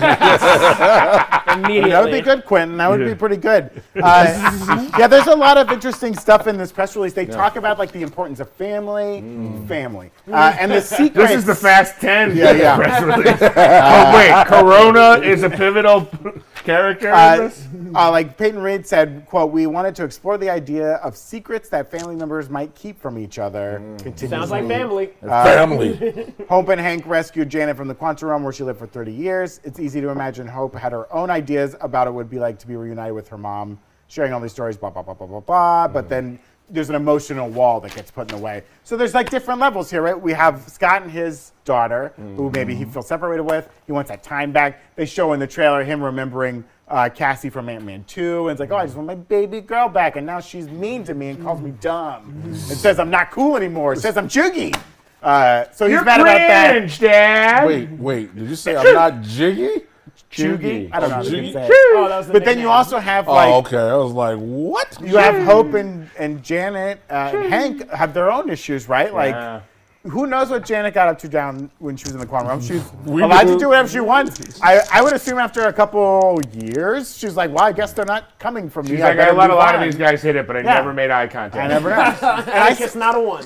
D: Immediately.
A: That would be good, Quentin. That would be pretty good. Uh, yeah, there's a lot of interesting stuff in this press release. They talk about like the importance of family, family, uh, and the secrets.
E: Mm. this is the Fast Ten.
A: Yeah, yeah.
E: Press release. oh wait, Corona is a pivotal character. in
A: Uh,
E: this?
A: uh, like Peyton Reed said, "quote We wanted to explore the idea of secrets that family members might keep from each other." Continues
D: Sounds like
A: Reed.
D: family.
F: Family.
A: Hope and Hank rescued Janet from the quantum realm where she lived for 30 years. It's easy to imagine Hope had her own ideas about it would be like to be reunited with her mom, sharing all these stories, blah, blah, blah, blah, blah, blah. But then there's an emotional wall that gets put in the way. So there's like different levels here, right? We have Scott and his daughter, who maybe he feels separated with. He wants that time back. They show in the trailer him remembering uh, Cassie from Ant Man 2, and it's like, oh, I just want my baby girl back, and now she's mean to me and calls me dumb. It says I'm not cool anymore. It says I'm juggy. Uh, so he's
E: You're
A: mad about that.
E: cringe, Dad.
F: Wait, wait. Did you say I'm not jiggy?
A: Chugi? I don't know. how to
F: Chugi?
A: say it.
D: Oh, that was the
A: But then you
D: nickname.
A: also have like
F: Oh, okay. I was like, what?
A: you have Hope and and Janet uh, and Hank have their own issues, right? Like.
E: Yeah.
A: Who knows what Janet got up to down when she was in the quantum realm? She's
F: We
A: allowed to
F: do.
A: do whatever she wants. I, I would assume after a couple years, she's like, well, I guess they're not coming from me.
E: He's like, I
A: better
E: let a
A: move
E: lot of
A: on."
E: these guys hit it, but I
A: Yeah.
E: never made eye contact.
A: I never know.
D: And I just not a one.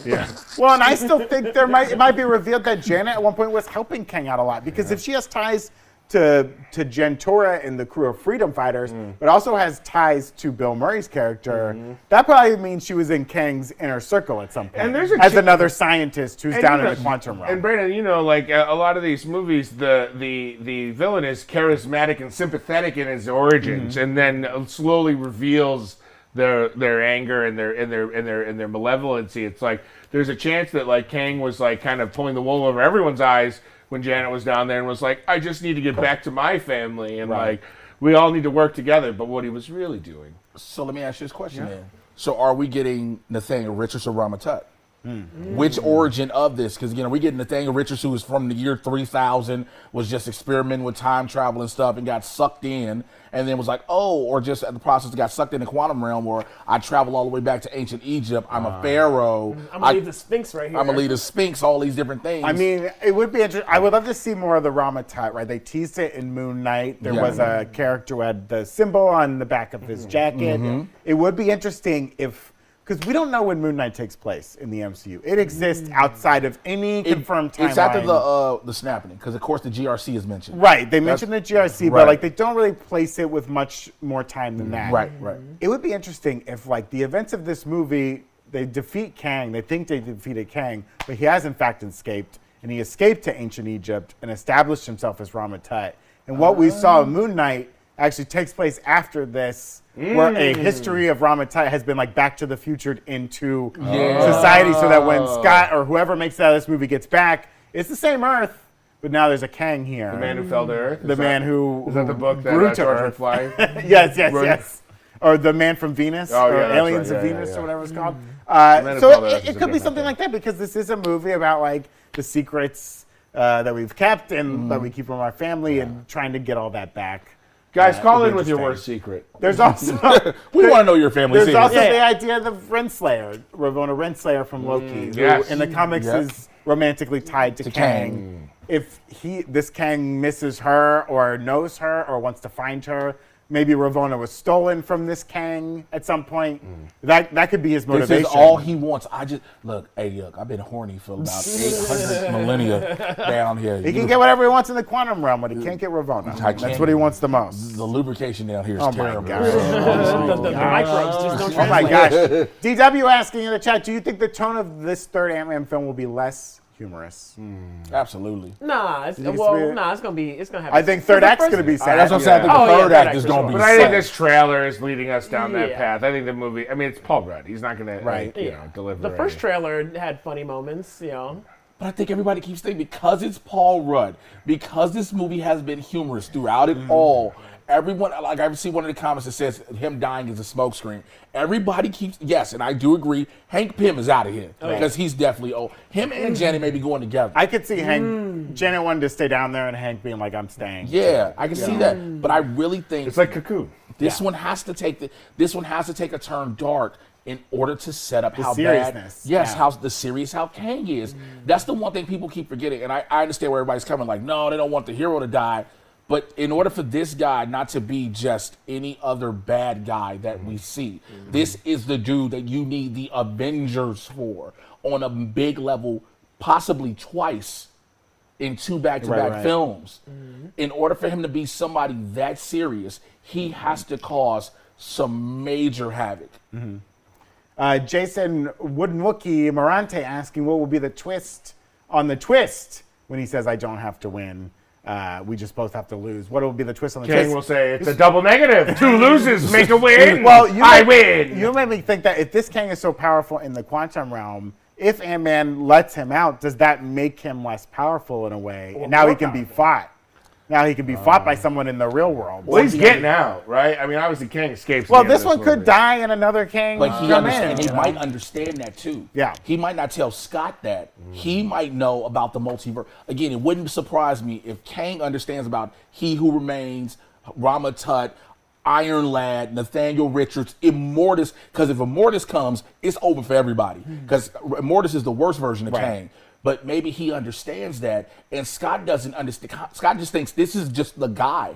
A: Well, and I still think there might it might be revealed that Janet at one point was helping Kang out a lot because if she has ties to to Gentora and the crew of Freedom Fighters,
E: Mm.
A: but also has ties to Bill Murray's character, that probably means she was in Kang's inner circle at some point.
E: Mm-hmm. And there's a
A: as
E: chi-
A: another scientist who's
E: And
A: down
E: you
A: in
E: know-
A: the quantum realm.
E: And Brandon, you know, like uh, a lot of these movies, the the the villain is charismatic and sympathetic in his origins,
A: Mm-hmm.
E: and then uh, slowly reveals their their anger and their and their and their and their malevolency. It's like there's a chance that like Kang was like kind of pulling the wool over everyone's eyes when Janet was down there and was like, I just need to get back to my family, and like we all need to work together. But what he was really doing.
C: So let me ask you this question then. So are we getting Nathaniel Richards or Rama Tut?
F: Hmm.
C: Which origin of this? Because again, are we getting Nathaniel Richards, who is from the year 3000, was just experimenting with time travel and stuff, and got sucked in, and then was like, oh, or just at the process got sucked in the quantum realm, or I travel all the way back to ancient Egypt. I'm a pharaoh.
D: I'm gonna leave the Sphinx right here.
C: I'm a leader Sphinx. All these different things.
A: I mean, it would be interesting. I would love to see more of the Ramatat, right? They teased it in Moon Knight. There
C: Yeah. Mm-hmm.
A: was a character who had the symbol on the back of his jacket. It would be interesting if, because we don't know when Moon Knight takes place in the MCU. It exists outside of any
C: Mm. It-
A: confirmed timeline.
C: It's after the uh, the snapping, because of course the GRC is mentioned.
A: right. They mentioned the GRC, but
C: right. Mm-hmm.
A: like they don't really place it with much more time than that.
C: Right, right.
A: It would be interesting if, like, the events of this movie, they defeat Kang. They think they defeated Kang, but he has in fact escaped, and he escaped to ancient Egypt and established himself as Rama Tut. And what we saw in Moon Knight actually takes place after this, where
C: Mm.
A: a history of Rama Tut has been like back to the future into
C: Oh.
A: society, so that when Scott or whoever makes it out of this movie gets back, it's the same Earth, but now there's a Kang here.
E: The man who fell to earth.
A: The
E: Is that-
A: man who
E: is that the book that
A: grew
E: uh,
A: to
E: George
A: Earth.
E: McFly?
A: yes, yes,
E: Run-
A: yes. Or the Man from Venus,
E: Oh, yeah,
A: or
E: that's
A: Aliens
E: right.
A: of
E: Yeah, yeah,
A: Venus,
E: yeah.
A: or whatever it's called.
E: Man
A: Uh,
E: of
A: so
E: Valor
A: it,
E: is
A: it could be
E: a different
A: something
E: thing.
A: like that because this is a movie about like the secrets uh, that we've kept
E: Hmm.
A: and that we keep from our family and trying to get all that back.
E: Guys,
A: Uh,
E: call
A: it'd
E: in
A: be
E: with your
A: interesting.
E: worst secret.
A: There's also
F: We want to know your family
A: there's
F: secrets.
A: also
D: Yeah.
A: the idea of the Renslayer, Ravona Renslayer from Loki, who
E: yes.
A: in the comics
F: Yep.
A: is romantically tied to, Kang.
C: Kang.
A: If he this Kang misses her or knows her or wants to find her, maybe Ravona was stolen from this Kang at some point. That that could be his
C: Mm. This
A: motivation.
C: is all he wants. I just look. Hey, look. I've been horny for about 800 millennia down here.
A: he can get whatever he wants in the quantum realm, but he can't get Ravona.
C: I
A: That's
C: can't.
A: what he wants the most.
C: the lubrication down here is
A: Oh my
C: terrible.
A: God.
D: the, the, the microbes just don't
A: Oh my
D: translate.
A: gosh. DW asking in the chat, do you think the tone of this third Ant-Man film will be less humorous?
C: Absolutely.
D: Nah, it's,
A: think it's
D: well,
A: weird?
D: nah, it's gonna be, it's gonna happen.
A: I think third act's going to be sad.
C: That's what I'm saying. I think
D: Oh,
C: the
D: yeah,
C: third
D: third
C: act
D: act
C: is
D: for
C: going
D: sure.
C: to be.
E: But I think
C: sad.
E: this trailer is leading us down that
D: Yeah.
E: path. I think the movie. I mean, it's Paul Rudd. He's not gonna
A: Right.
E: like, you
D: Yeah.
E: know, deliver.
D: The first
E: any-
D: trailer had funny moments, you know.
C: But I think everybody keeps thinking because it's Paul Rudd, because this movie has been humorous throughout it all. Everyone, like I've seen one of the comments that says him dying is a smokescreen. Everybody keeps yes, and I do agree. Hank Pym is out of here because he's definitely old. Him and Janet may be going together.
A: I could see Hank,
E: Hmm.
A: Janet wanted to stay down there and Hank being like, I'm staying.
C: yeah, I can see that. But I really think
E: It's like Cocoon.
C: This one has to take the, this one has to take a turn dark in order to set up how
A: seriousness.
C: bad, yes,
A: Yeah.
C: how the serious how Kang is. That's the one thing people keep forgetting, and I, I understand where everybody's coming. Like, no, they don't want the hero to die, but in order for this guy not to be just any other bad guy that
A: Mm-hmm.
C: we see, this is the dude that you need the Avengers for on a big level, possibly twice in two back-to-back
A: right.
C: films. In order for him to be somebody that serious, he has to cause some major havoc.
A: Uh, Jason Woodenwookie Morante asking what will be the twist on the twist when he says, I don't have to win. Uh, we just both have to lose. What will be the twist on the
E: King
A: twist?
E: will say it's a double negative. Two loses make a win.
A: well, you
E: I
A: made-
E: win.
A: You made me think that if this Kang is so powerful in the quantum realm, if Ant Man lets him out, does that make him less powerful in a way? and now he
E: more
A: can be fought. Now he can be fought by someone in the real world.
E: Uh. well, he's getting out, right? I mean, obviously King escapes.
A: Well,
E: the end of
A: this one could
E: movie.
A: die and another Kang
C: But he
A: come
C: understand,
A: in.
C: and he might understand that too.
A: Yeah.
C: He might not tell Scott that. He might know about the multiverse. Again, it wouldn't surprise me if Kang understands about He Who Remains, Rama Tut, Iron Lad, Nathaniel Richards, Immortus. Because if Immortus comes, it's over for everybody. Because Immortus is the worst version of Kang. But maybe he understands that, and Scott doesn't understand. Scott just thinks this is just the guy.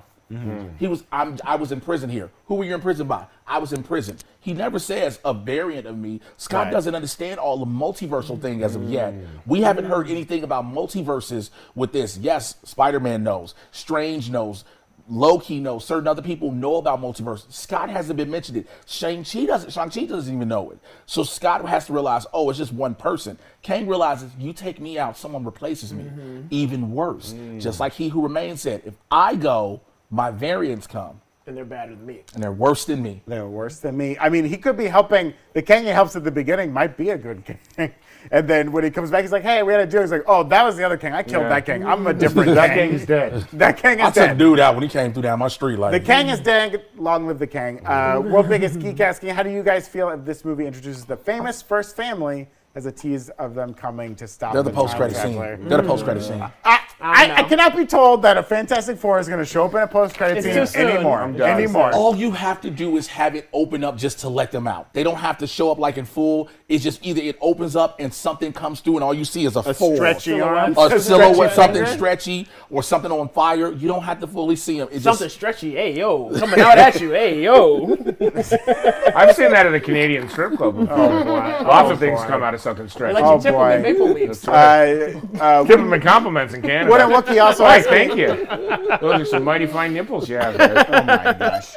C: He was I'm, I was in prison here. Who were you in prison by? I was in prison. He never says a variant of me. Scott doesn't understand all the multiversal thing as of yet. We haven't heard anything about multiverses with this. Yes, Spider-Man knows, Strange knows, Loki knows, certain other people know about multiverse. Scott hasn't been mentioned it. Shang-Chi doesn't Shang-Chi doesn't even know it. So Scott has to realize, oh, it's just one person. Kang realizes you take me out, someone replaces me. Even worse. Just like he who remains said, if I go my variants come
D: and they're better than me.
C: and they're worse than me.
A: They're worse than me. I mean, he could be helping. The king he helps at the beginning might be a good king. And then when he comes back, he's like, hey, we had a deal. He's like, oh, that was the other king. I killed
E: Yeah.
A: that king. I'm a different
E: That
A: king.
E: King's dead.
A: That king
C: I
A: is
C: took
A: dead.
C: dude out when he came through down my street
A: The
C: like
A: king is dead. Long live the king. Uh, World Biggest Geek asking, how do you guys feel if this movie introduces the famous first family as a tease of them coming to stop
C: they're the
A: time
C: post credit scene.
A: traveler?
C: They're the post credit scene.
A: I,
D: I don't
A: I, I
D: know.
A: cannot be told that a Fantastic Four is going to show up in a post credit
D: It's
A: scene
D: too soon.
A: anymore.
D: I'm
E: done.
A: Anymore.
C: All you have to do is have it open up just to let them out. They don't have to show up like in full. It's just either it opens up and something comes through and all you see is a,
A: a
C: fold.
A: stretchy arm.
C: a silhouette,
A: stretchy
C: something
A: finger.
C: stretchy or something on fire. You don't have to fully see them. It's
D: Something
C: just
D: stretchy, hey yo, coming out at you, hey yo.
E: I've seen that at a Canadian strip club before. Lots of things come out of something stretch.
D: Like
A: Oh,
D: you tip
A: boy.
D: them in maple leaves.
E: That's right.
A: Uh, uh,
E: Give him the compliments in Canada.
A: What a Wookiee also
E: Right,
A: asking-
E: thank you. Those are some mighty fine nipples you have there.
A: Oh my gosh.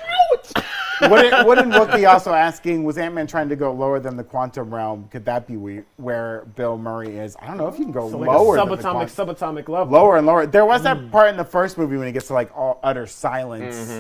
A: what did, what did Wookie also asking? Was Ant Man trying to go lower than the quantum realm? Could that be we, where Bill Murray is? I don't know if you can go
D: So like
A: lower.
D: a
A: than the
D: subatomic,
A: quant-
D: subatomic level.
A: lower and lower. There was that part in the first movie when he gets to like all, utter silence.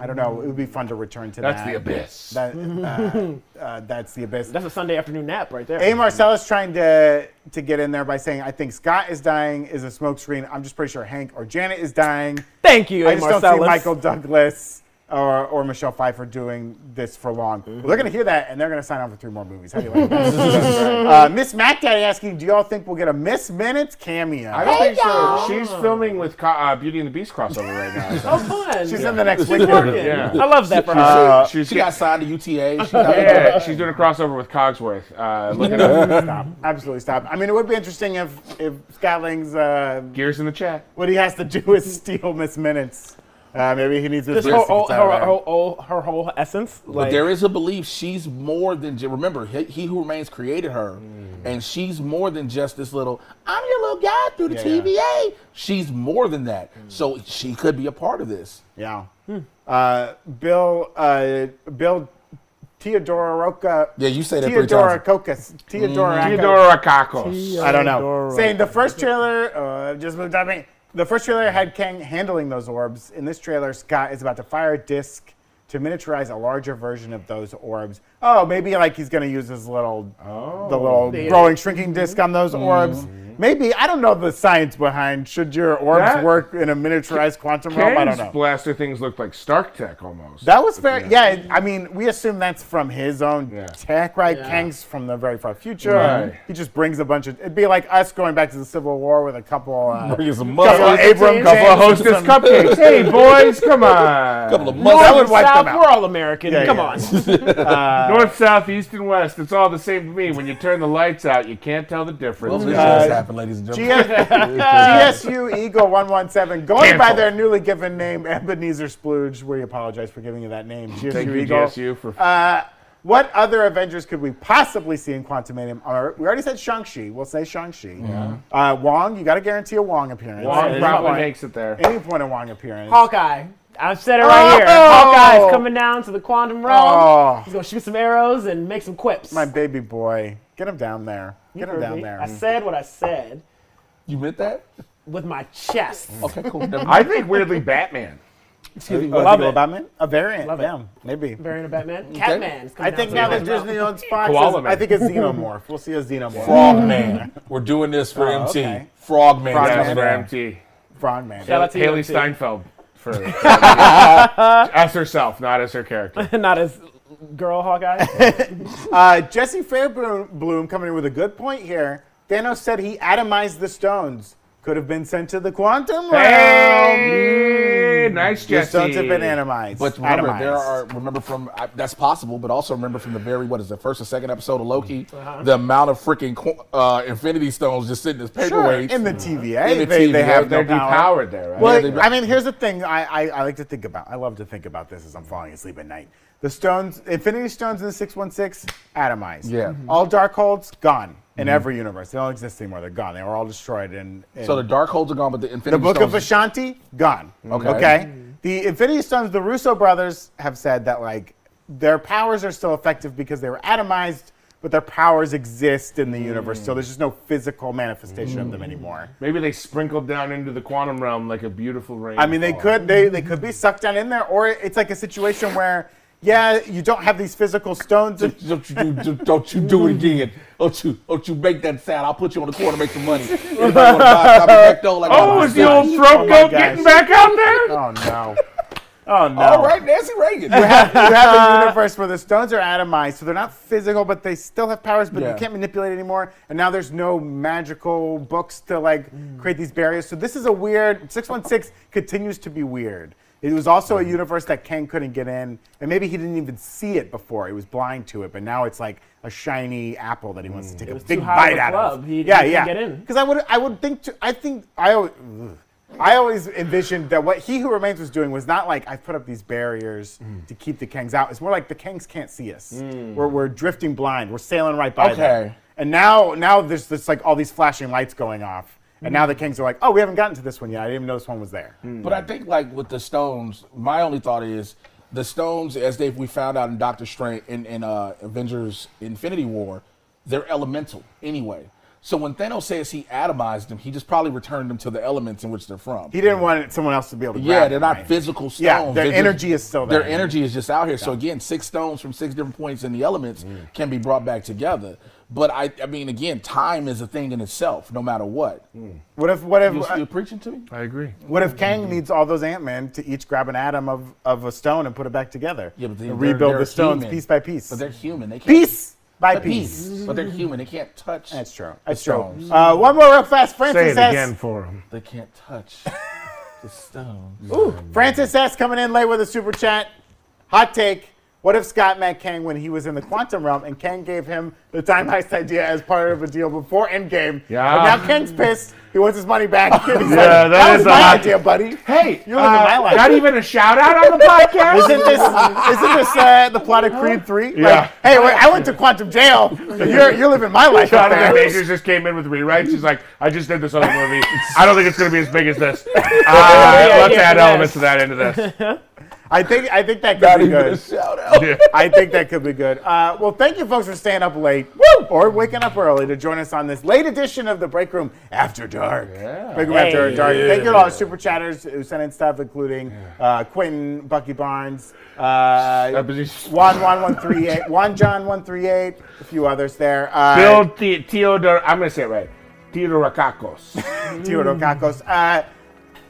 A: I don't know. It would be fun to return to
E: That's
A: that.
E: the abyss.
A: That, uh, uh, that's the abyss.
D: That's a Sunday afternoon nap right there.
A: A. Marcellus trying to to get in there by saying, "I think Scott is dying." Is a smokescreen. I'm just pretty sure Hank or Janet is dying.
D: Thank you,
A: I
D: A.
A: just
D: Marcellus.
A: don't see Michael Douglas or, or Michelle Pfeiffer doing this for long. Well, they're going to hear that, and they're going to sign on for three more movies. How do you like that? uh, Miss Mac Daddy asking, do y'all think we'll get a Miss Minutes cameo?
E: I don't think so. She's filming with co- uh, Beauty and the Beast crossover right now. so-
D: Oh, fun.
A: She's in the next week.
D: working.
E: Yeah.
D: I love that for her.
E: she's
C: she got signed to UTA. She got-
E: yeah, she's doing a crossover with Cogsworth. Uh, look at
A: Stop. Absolutely stop. I mean, it would be interesting if, if Scotling's, uh,
E: Gears in the chat.
A: what he has to do is steal Miss Minutes. Uh, maybe he needs Miss
D: Just her,
A: Minutes. to
D: whole,
A: get out of
D: her,
A: there.
D: whole- whole- her whole essence.
C: But
D: Like,
C: there is a belief she's more than ju- remember he, he who remains created her, and she's more than just this little I'm your little guy through the
A: Yeah, yeah.
C: TVA. She's more than that, so she could be a part of this.
A: Yeah. Uh, Bill uh, Bill Teodoroca.
C: Yeah, you say that three times.
A: Teodoracocus. Teodoracocus.
E: Theodora Kakos.
A: I don't know. Saying the first trailer uh, just moved up. The first trailer had Kang handling those orbs. In this trailer, Scott is about to fire a disc to miniaturize a larger version of those orbs. Oh, maybe like he's gonna use his little, the little
D: Yeah.
C: Mm-hmm.
A: growing shrinking disc on those orbs. Maybe I don't know the science behind should your orbs
E: That-
A: work in a miniaturized quantum realm. I don't know.
E: Ken's blaster things looked like Stark Tech almost.
A: That was fair. Yeah. I mean, we assume that's from his own
E: Yeah.
A: tech, right?
D: Yeah.
A: Kang's from the very far future.
E: Right.
A: He just brings a bunch of. It'd be like us going back to the Civil War with a couple. Uh,
C: Bring some
A: couple of
C: muscle.
A: Abram
D: Couple
E: Well,
A: James or
E: hostess
A: some-
E: cupcakes. Hey, boys, come on.
C: couple of
A: That
C: muscle.
A: would wipe
D: Oh, South,
A: them out.
D: We're all American.
A: Yeah,
D: Come
A: yeah.
D: on.
E: North, south, east, and west. It's all the same to me. When you turn the lights out, you can't tell the
C: Well,
E: difference.
C: this just happened, ladies and gentlemen.
A: GSU Eagle 117, going by
E: Cancel.
A: their newly given name, Ebenezer Splooge. We apologize for giving you that name. GSU
E: Thank you,
A: Eagle.
E: GSU, for
A: Uh, what other Avengers could we possibly see in Quantumanium? Or, we already said Shang-Chi. We'll say Shang-Chi. Uh, Wong, you got to guarantee a Wong appearance. At
E: Wong
A: any
E: probably
A: point-
E: makes it there.
A: Any point of Wong appearance.
D: Hawkeye. I've said it right here.
A: Oh!
D: Hawkeye's coming down to the quantum realm.
A: Oh.
D: He's gonna shoot some arrows and make some quips.
A: My baby boy. Get him down there. Get him down there.
D: I said what I said
C: You meant that?
D: with my chest.
A: Mm.
C: Okay, cool. Never mind.
E: I think weirdly Batman.
C: Excuse me.
A: A
C: what?
A: little Batman? A variant.
D: Love it.
A: yeah, maybe.
D: Barry and Batman. Catman's
A: I
D: coming
A: think now
D: down
A: that
D: to the quantum realm.
A: Disney owns Fox,
E: Koala
A: is- I
E: Man.
A: think it's Xenomorph. We'll see a Xenomorph.
C: Frogman. We're doing this for MT.
A: okay.
C: Oh, Frogman.
A: Frogman.
E: That's
C: Frogman.
E: for MT.
A: Frogman.
D: Shout out to E
E: Haley
D: EMT.
E: Steinfeld for as herself, not as her character.
D: Not as girl Hawkeye.
A: Uh, Jesse Fairbloom coming in with a good point here. Thanos said he atomized the stones. Could have been sent to the quantum realm.
E: Hey, nice
A: The
E: Jesse.
A: stones have been atomized.
C: But remember,
A: atomized.
C: there are remember from I, that's possible, but also remember from the very what is the first or second episode of Loki,
A: Mm. Uh-huh.
C: the amount of freaking qu- uh, Infinity Stones just sitting as
A: sure,
C: paperweights.
A: in the TVA.
C: In the
A: they, they
C: TVA,
A: have
E: They're
A: no power.
E: depowered there, right?
A: Well,
C: Yeah, they-
A: I mean, here's the thing I, I, I like to think about. I love to think about this as I'm falling asleep at night. The stones, Infinity Stones in the 616, atomized.
C: Yeah. Mm-hmm. Mhm.
A: All Darkholds, gone in every universe. They don't exist anymore. They're gone. They were all destroyed. In, in
C: so the dark holds are gone, but the Infinity
A: The Book of
C: Stones.
A: Ashanti, gone.
C: Okay.
A: The Infinity Stones, the Russo brothers have said that like their powers are still effective because they were atomized, but their powers exist in the universe.
C: Mm.
A: So there's just no physical manifestation of them anymore.
E: Maybe they sprinkled down into the quantum realm like a beautiful rain.
A: I mean, they could they, they could be sucked down in there, or it's like a situation where yeah, you don't have these physical stones. and-
C: don't you do don't you do it again. Don't you don't you make that sound. I'll put you on the corner, make some money. Everybody wanna buy a copy of Ecto like
E: Oh,
C: my
E: is the old
C: gosh.
A: my
E: throat goat
A: gosh.
E: getting back out there?
A: oh no. Oh no.
C: All right, Nancy Reagan.
A: you have a universe where the stones are atomized, so they're not physical, but they still have powers, but
C: Yeah.
A: you can't manipulate anymore. And now there's no magical books to like create these barriers. So this is a weird. Six One Six continues to be weird. It was also
D: Mm-hmm.
A: a universe that Kang couldn't get in, and maybe he didn't even see it before. He was blind to it, but now it's like a shiny apple that he wants to take a
D: Mm. was
A: big
D: too high
A: bite
D: of a
A: out
D: club.
A: of.
D: He- he
A: yeah,
D: couldn't
A: yeah.
D: get in.
A: Because I would, I would think. To, I think I always, I always envisioned that what He Who Remains was doing was not like I've put up these barriers
C: Mm.
A: to keep the Kangs out. It's more like the Kangs can't see us. We're, we're drifting blind. We're sailing right by them.
C: Okay.
A: And now, now there's this like all these flashing lights going off. And
C: Mm.
A: now the Kangs are like, oh, we haven't gotten to this one yet. I didn't even know this one was there.
C: But I think like with the Stones, my only thought is the Stones, as they we found out in Doctor Strange in, in uh, Avengers Infinity War, they're elemental anyway. So when Thanos says he atomized them, he just probably returned them to the elements in which they're from.
A: He didn't want it- someone else to be able to.
C: yeah,
A: grab
C: they're
A: it,
C: not
A: right?
C: physical stones.
A: Yeah, their
C: They're just-
A: energy is still there.
C: Their energy is just out here. So again, six stones from six different points in the elements
A: Mm.
C: can be brought back together. But I, I mean, again, time is a thing in itself, no matter what.
A: Mm. What if, what if,
C: You, you preaching to Mm-hmm. me?
E: I agree.
A: What if Kang needs all those Ant Men to each grab an atom of, of a stone and put it back together?
C: Yeah, but they-
A: And
C: they're-
A: rebuild
C: they're
A: the stones
C: human.
A: piece by piece.
C: But they're human. They can't
A: piece by
C: They're
A: piece.
C: piece. But they're human. They can't touch.
A: That's true. That's
C: the
A: true.
C: stones.
A: Uh, one more real fast.
E: Say
A: Francis
E: it
A: S.
E: again for him.
C: They can't touch the stones.
A: Francis S. coming in late with a super chat. Hot take. What if Scott met Kang when he was in the quantum realm and Kang gave him the time heist idea as part of a deal before Endgame?
E: Yeah.
A: But now Kang's pissed. He wants his money back. And he's
E: Yeah,
A: like,
E: that
A: was
E: is a
A: my
E: hot-
A: idea, buddy.
E: Hey,
A: You're living
E: uh,
A: my life.
E: not even a shout out on the podcast.
A: Isn't this isn't this uh, the plot of Creed Three?
E: Yeah.
A: hey, wait, I went to quantum jail. You're you're living my life. out
E: Jonathan
A: there.
E: Majors just came in with rewrites. He's like, I just did this other movie. I don't think it's going to be as big as this. Uh, let's
D: yeah,
E: add
D: yes.
E: elements to that into this.
A: I think I think that could
C: Not
A: be
C: even a
A: good.
C: shout out.
E: Yeah.
A: I think that could be good. Uh, well, thank you folks for staying up late Woo! or waking up early to join us on this late edition of the Break Room After Dark. Break Room After Dark. Thank you to all the super chatters who sent in stuff, including uh, Quentin, Bucky Barnes, uh, Juan Juan one three eight, Juan John one three eight, a few others there. Uh,
E: Bill Theodore. I'm going to say it right. Tirocacos.
A: Theodore Kakos. Uh,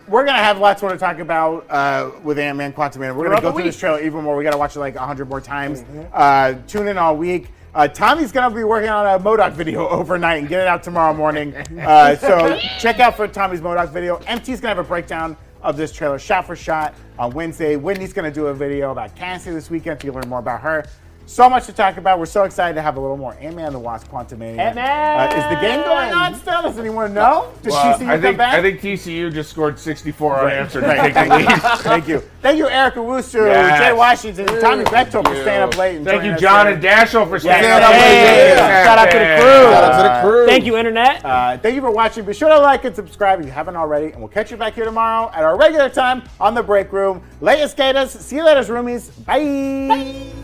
A: we're gonna have lots more to talk about uh, with Ant Man Quantumania. We're gonna
D: Throughout
A: go
D: the
A: through
D: week. Mm-hmm.
A: this trailer even more. We gotta watch it like hundred more times. Uh, tune in all week. Uh, Tommy's gonna be working on a Modoc video overnight and get it out tomorrow morning. Uh, so check out for Tommy's Modoc video. MT's gonna have a breakdown of this trailer, shot for shot, on Wednesday. Whitney's gonna do a video about Cassie this weekend. If you learn more about her. So much to talk about. We're so excited to have a little more Ant-Man and the Wasp Quantumania.
D: Ant-Man!
A: Uh, is the game going on still? Does anyone know? Does she see you
E: I
A: come
E: think
A: back?
E: I think TCU just scored 64 unanswered. to
A: Right.
E: take the lead.
A: Thank you. Thank you, Erica Wooster,
E: Yes.
A: Jay Washington, Tommy Bechtel for staying up late. And
E: Thank
A: joining
E: you,
A: us
E: John
A: today.
E: and Dashel, for staying
A: Shout
E: up
A: out
E: late.
A: to the crew.
E: Yeah.
A: Shout out to the crew.
C: Shout out to the crew.
D: Thank you, Internet.
A: Uh, thank you for watching. Be sure to like and subscribe if you haven't already. And we'll catch you back here tomorrow at our regular time on The Break Room. Latest gators. See you later, roomies. Bye.